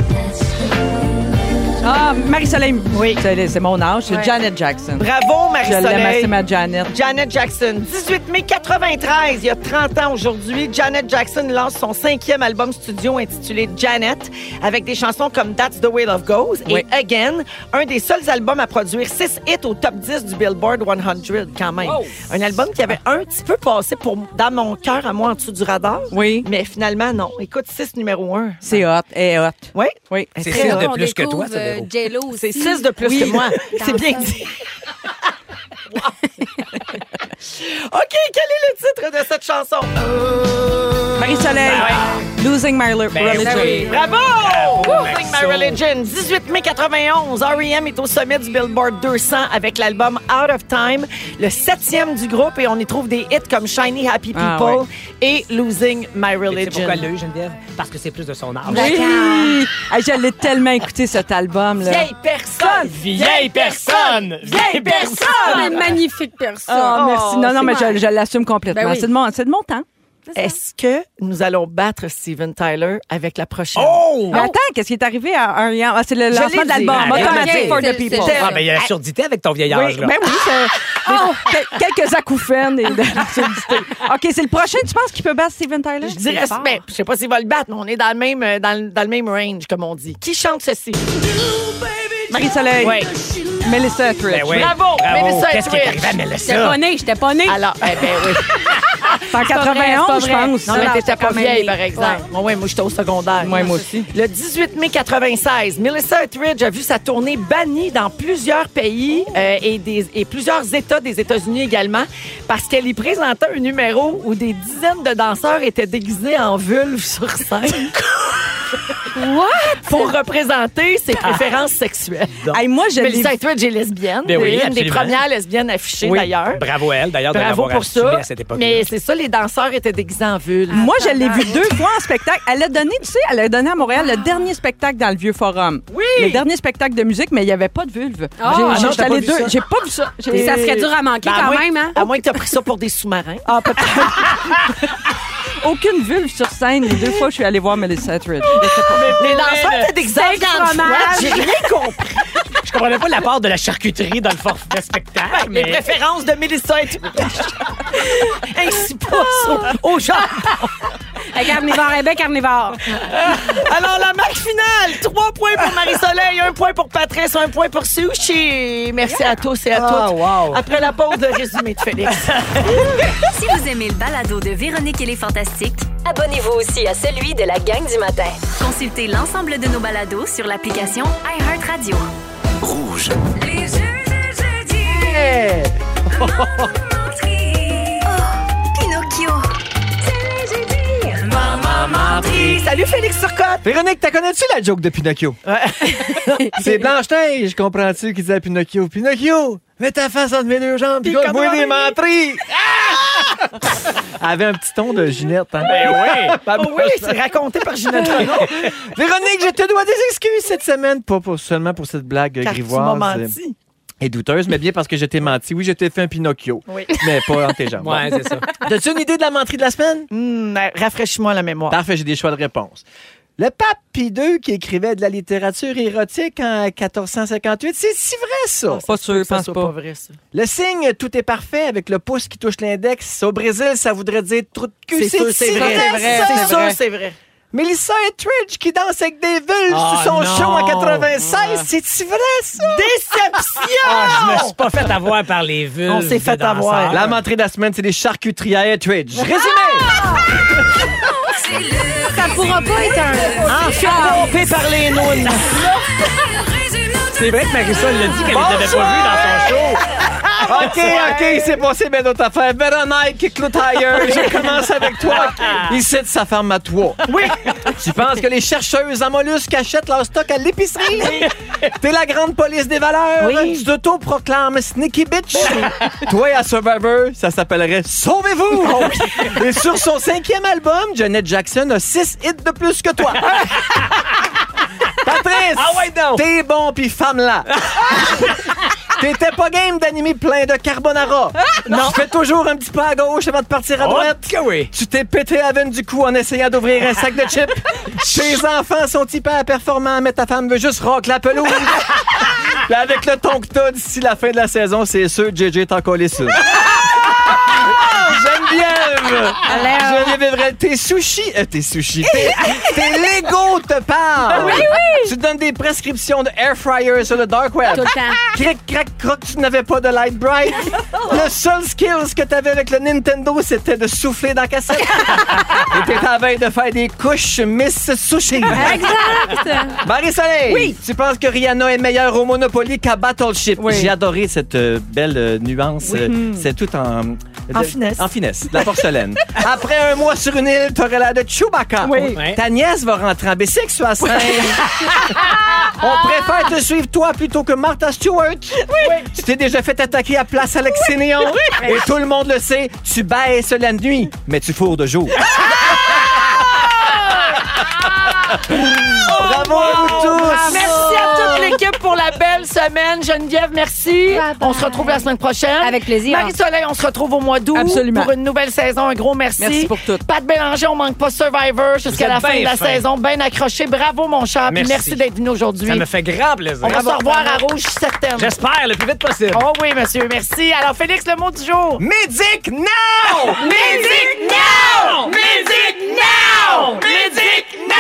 Ah, Marie-Soleil.
Oui.
C'est c'est mon âge, c'est
Ouais.
Janet Jackson.
Bravo,
Je l'aime
Marie-Soleil.
assez, ma Janet.
Janet Jackson, 18 mai 93, il y a 30 ans aujourd'hui, Janet Jackson lance son cinquième album studio intitulé Janet, avec des chansons comme That's the Way Love Goes
Oui.
et Again, un des seuls albums à produire 6 hits au top 10 du Billboard 100 quand même. Un album qui avait un petit peu passé pour, dans mon cœur à moi en dessous du radar,
Oui.
mais finalement non. Écoute, 6 numéro 1.
C'est hot. Elle est hot.
Oui?
Oui.
C'est
Très
six
bon,
de
on
plus que toi,
Découvre,
ça,
euh,
Véro.
J-Lo
C'est
aussi.
6 de plus
Oui.
que *laughs* moi.
Dans
C'est bien
ça.
dit. Wow. *laughs* OK, quel est le titre de cette chanson? Euh,
Marie-Soleil. Losing My li-
Ben
Religion.
oui.
Bravo!
Bravo,
Losing My
Maxo.
Religion. 18 mai 91, R.E.M. est au sommet du Billboard 200 avec l'album Out of Time, le septième du groupe, et on y trouve des hits comme Shiny Happy People
Ah,
et Losing My
C'est
Religion.
pourquoi elle l'a eu, Geneviève? Parce que c'est plus de son âge.
Oui. Hey, je l'ai tellement écouté, cet album-là.
Vieille personne!
Vieille personne!
Vieille personne!
Ah, mais magnifique personne.
Oh,
Ah, merci. Non, non, mais je, je l'assume complètement.
Ben oui.
C'est de mon, c'est de mon temps.
Oh. Est-ce que nous allons battre Steven Tyler avec la prochaine?
Oh!
Mais attends, qu'est-ce qui est arrivé à Ariane? Ah, c'est le
Je
lancement
l'ai
de
dit.
l'album.
Ben,
Automatic
ok.
for
C'est-
the
c'est-
people.
c'est-
Ah, ben, il y a la surdité avec ton vieil
Oui,
âge, là.
ben oui, c'est
Ah!
Quel- quelques acouphènes et de l'absurdité. OK, c'est le prochain, tu penses, qui peut battre Steven Tyler?
Je dirais, mais je sais pas s'il va le battre, mais on est dans le même, euh, dans, le- dans le même range, comme on dit. Qui chante ceci?
Marie-Soleil.
Ouais.
Melissa Etheridge.
Ben oui.
Bravo, Melissa
Qu'est-ce qui est
Etheridge.
arrivé à
J'étais
Melissa?
pas née, j'étais pas née.
Alors, eh ben oui.
C'est en 91, Ben, je pense.
Non, mais t'étais pas
quand même
vieille,
née.
par exemple. Ouais. ouais, moi, j'étais au secondaire.
Ouais, moi aussi.
Le 18 mai 96, Melissa Etheridge a vu sa tournée bannie dans plusieurs pays euh, et, des- et plusieurs États des États-Unis également parce qu'elle y présentait un numéro où des dizaines de danseurs étaient déguisés en vulve sur scène. What? Pour représenter ses préférences sexuelles.
Hey, moi, je l'ai
Melissa Etheridge est lesbienne.
Ben oui,
une des
absolument.
premières lesbiennes affichées,
Oui.
d'ailleurs.
Bravo à elle, d'ailleurs, de
Bravo
l'avoir
pour
assumé
ça.
à cette époque
Mais c'est ça, les danseurs étaient déguisés en vulve.
Moi, je l'ai vu deux fois en spectacle. Elle a donné, tu sais, elle a donné à Montréal le dernier spectacle dans le Vieux Forum.
Oui!
Le dernier spectacle de musique, mais il n'y avait pas de vulve.
Ah,
J'ai-
ah
j'ai- j'étais
non, t'as pas
allée
vu
deux-
ça.
J'ai pas vu ça. J'ai-
Ça serait dur à manquer
Ben, à
quand
moins-
même, hein?
À moins que tu pris ça pour des sous-marins.
Ah, peut-être. Aucune vulve sur scène. Les deux fois, je suis allée voir Melissa Etheridge. Je sais pas.
Les danseurs étaient déguisés en
fromage.
fromage. J'ai rien compris.
Je comprenais pas la part de la charcuterie dans le forfait spectacle,
Les
*laughs* mais...
préférences de Mélissa Etheridge. Ainsi passe au, au genre.
Hey, Carnivore, eh ben, carnivore.
Alors, la marque finale, trois points pour Marie-Soleil, un point pour Patrice, un point pour Sushi. Merci à tous et à
Ah,
toutes.
wow.
Après la pause, le résumé de Félix.
Si vous aimez le balado de Véronique et les Fantastiques, abonnez-vous aussi à celui de la gang du matin. Consultez l'ensemble de nos balados sur l'application iHeartRadio.
Rouge.
Les jeux de jeudi.
Hey.
Pinocchio.
Salut Félix Turcotte!
Véronique, t'as connais-tu la joke de Pinocchio? *laughs* C'est Blanche-Neige, comprends-tu, qui disait à Pinocchio, Pinocchio, mets ta face entre mes deux jambes, pis
Puis
bois
comme
des
moi.
mentries! Elle avait un petit ton de Ginette. Hein?
Ben oui.
Pas
Oh oui,
bon.
c'est raconté par Ginette Renaud.
Véronique, je te dois des excuses cette semaine, pas pour, seulement pour cette blague
Car tu
grivoise.
m'as
euh,
menti.
Et douteuse, mais bien parce que je t'ai menti. Oui, je t'ai fait un Pinocchio.
Oui.
Mais pas en tes jambes.
Ouais,
Bon.
c'est ça.
T'as-tu une idée de la menterie de la semaine?
Hmm, ben, Rafraîchis-moi la mémoire.
Parfait, j'ai des choix de réponse. Le pape Pie II qui écrivait de la littérature érotique en 1458, c'est si vrai ça?
Pas sûr, je
pense pas.
vrai, ça.
Le signe tout est parfait avec le pouce qui touche l'index, au Brésil, ça voudrait dire trou de cul.
C'est sûr,
si
c'est vrai. C'est vrai,
ça!
c'est sûr, c'est vrai.
Melissa Etheridge qui danse avec des vulves
Ah,
sur son
non.
show en 96,
Ah.
c'est vrai ça? Déception!
Ah, je me suis pas fait avoir par les vulves. de danseurs.
*laughs* La mentrée de la semaine, c'est des charcuteries à Etheridge.
Ah!
Résumé!
Ça pourra pas être un.
Enfant trompé par les nounes.
C'est vrai que Marisol l'a dit qu'elle ne l'avait
Bonsoir!
pas vu dans son show.
*laughs* OK, OK, c'est passé bien d'autres affaires. Véronique Cloutailleur, je commence
*laughs*
avec toi. Ici, ça ferme à toi. Oui. Tu penses que les chercheuses en mollusques achètent leur stock à l'épicerie?
Ah,
T'es la grande police des valeurs. Oui. Tu t'auto-proclames sneaky
*laughs*
bitch. toi, à Survivor, ça s'appellerait Sauvez-vous.
Ah,
Et sur son cinquième album, Janet Jackson a six hits de plus que
*laughs*
toi. Patrice!
Ah,
T'es bon pis femme là! T'étais pas game d'animer plein de carbonara.
*laughs* Non.
Tu fais toujours un petit pas à gauche avant de partir à
Oh,
droite. Tu t'es pété à la veine du cou en essayant d'ouvrir un sac de chips.
*laughs*
Tes enfants sont hyper performants, mais ta femme veut juste rock la pelouse. Puis avec le ton que t'as d'ici la fin de la saison, c'est sûr, JJ t'en collé sur. Geneviève!
Alors?
Geneviève, Evrel, tes sushis, euh, tes sushis, tes, tes Legos te parlent!
Oui, oui.
Tu donnes des prescriptions de air fryer sur le dark web.
Tout le temps.
Cric, crac, croc, tu n'avais pas de light
*laughs*
bright. le seul skills que t'avais avec le Nintendo, c'était de souffler dans la cassette. Et t'es en veille de faire des couches Miss Sushi.
Exact.
Marie-Soleil!
Oui.
Tu penses que Rihanna est meilleure au Monopoly qu'à Battleship? J'ai adoré cette euh, belle euh, nuance.
Oui.
Euh,
Mm.
C'est tout en...
En
de-
finesse.
En finesse, de la
*laughs*
porcelaine. Après un mois sur une île, t'aurais l'air de Chewbacca.
Oui. Ouais.
Ta nièce va rentrer en bicycle sur la scène.
Ah!
On préfère te suivre toi plutôt que Martha Stewart. Tu t'es déjà fait attaquer à Place Alexénéon.
Oui.
Et tout le monde le sait, tu baisses la nuit, mais tu fourres de jour.
Ah!
Ah!
Oh,
Bravo à vous tous!
Merci à toute l'équipe pour la belle semaine. Geneviève, merci. On se retrouve la semaine prochaine. Avec plaisir. Marie-Soleil, on se retrouve au mois d'août
Absolument.
pour une nouvelle saison. Un gros merci.
Merci pour
tout. Pat Bélanger, on manque pas Survivor jusqu'à
Vous
la
êtes
fin
bien
de la
fin.
saison. Bien accroché. Bravo, mon cher. Puis
Merci.
merci d'être venu aujourd'hui.
Ça me fait grand plaisir.
On va se revoir à Rouge, je suis certaine.
J'espère, le plus vite possible.
Oh oui, monsieur, merci. Alors, Félix, le mot du jour.
Médic
now! Médic now! Médic now! Médic now!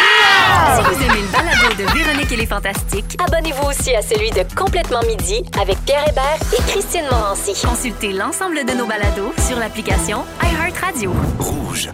Si vous aimez le balado de Véronique et les Fantastiques, abonnez-vous aussi à celui de Complètement Midi avec Pierre Hébert et Christine Morancy. Consultez l'ensemble de nos balados sur l'application iHeartRadio.
Rouge.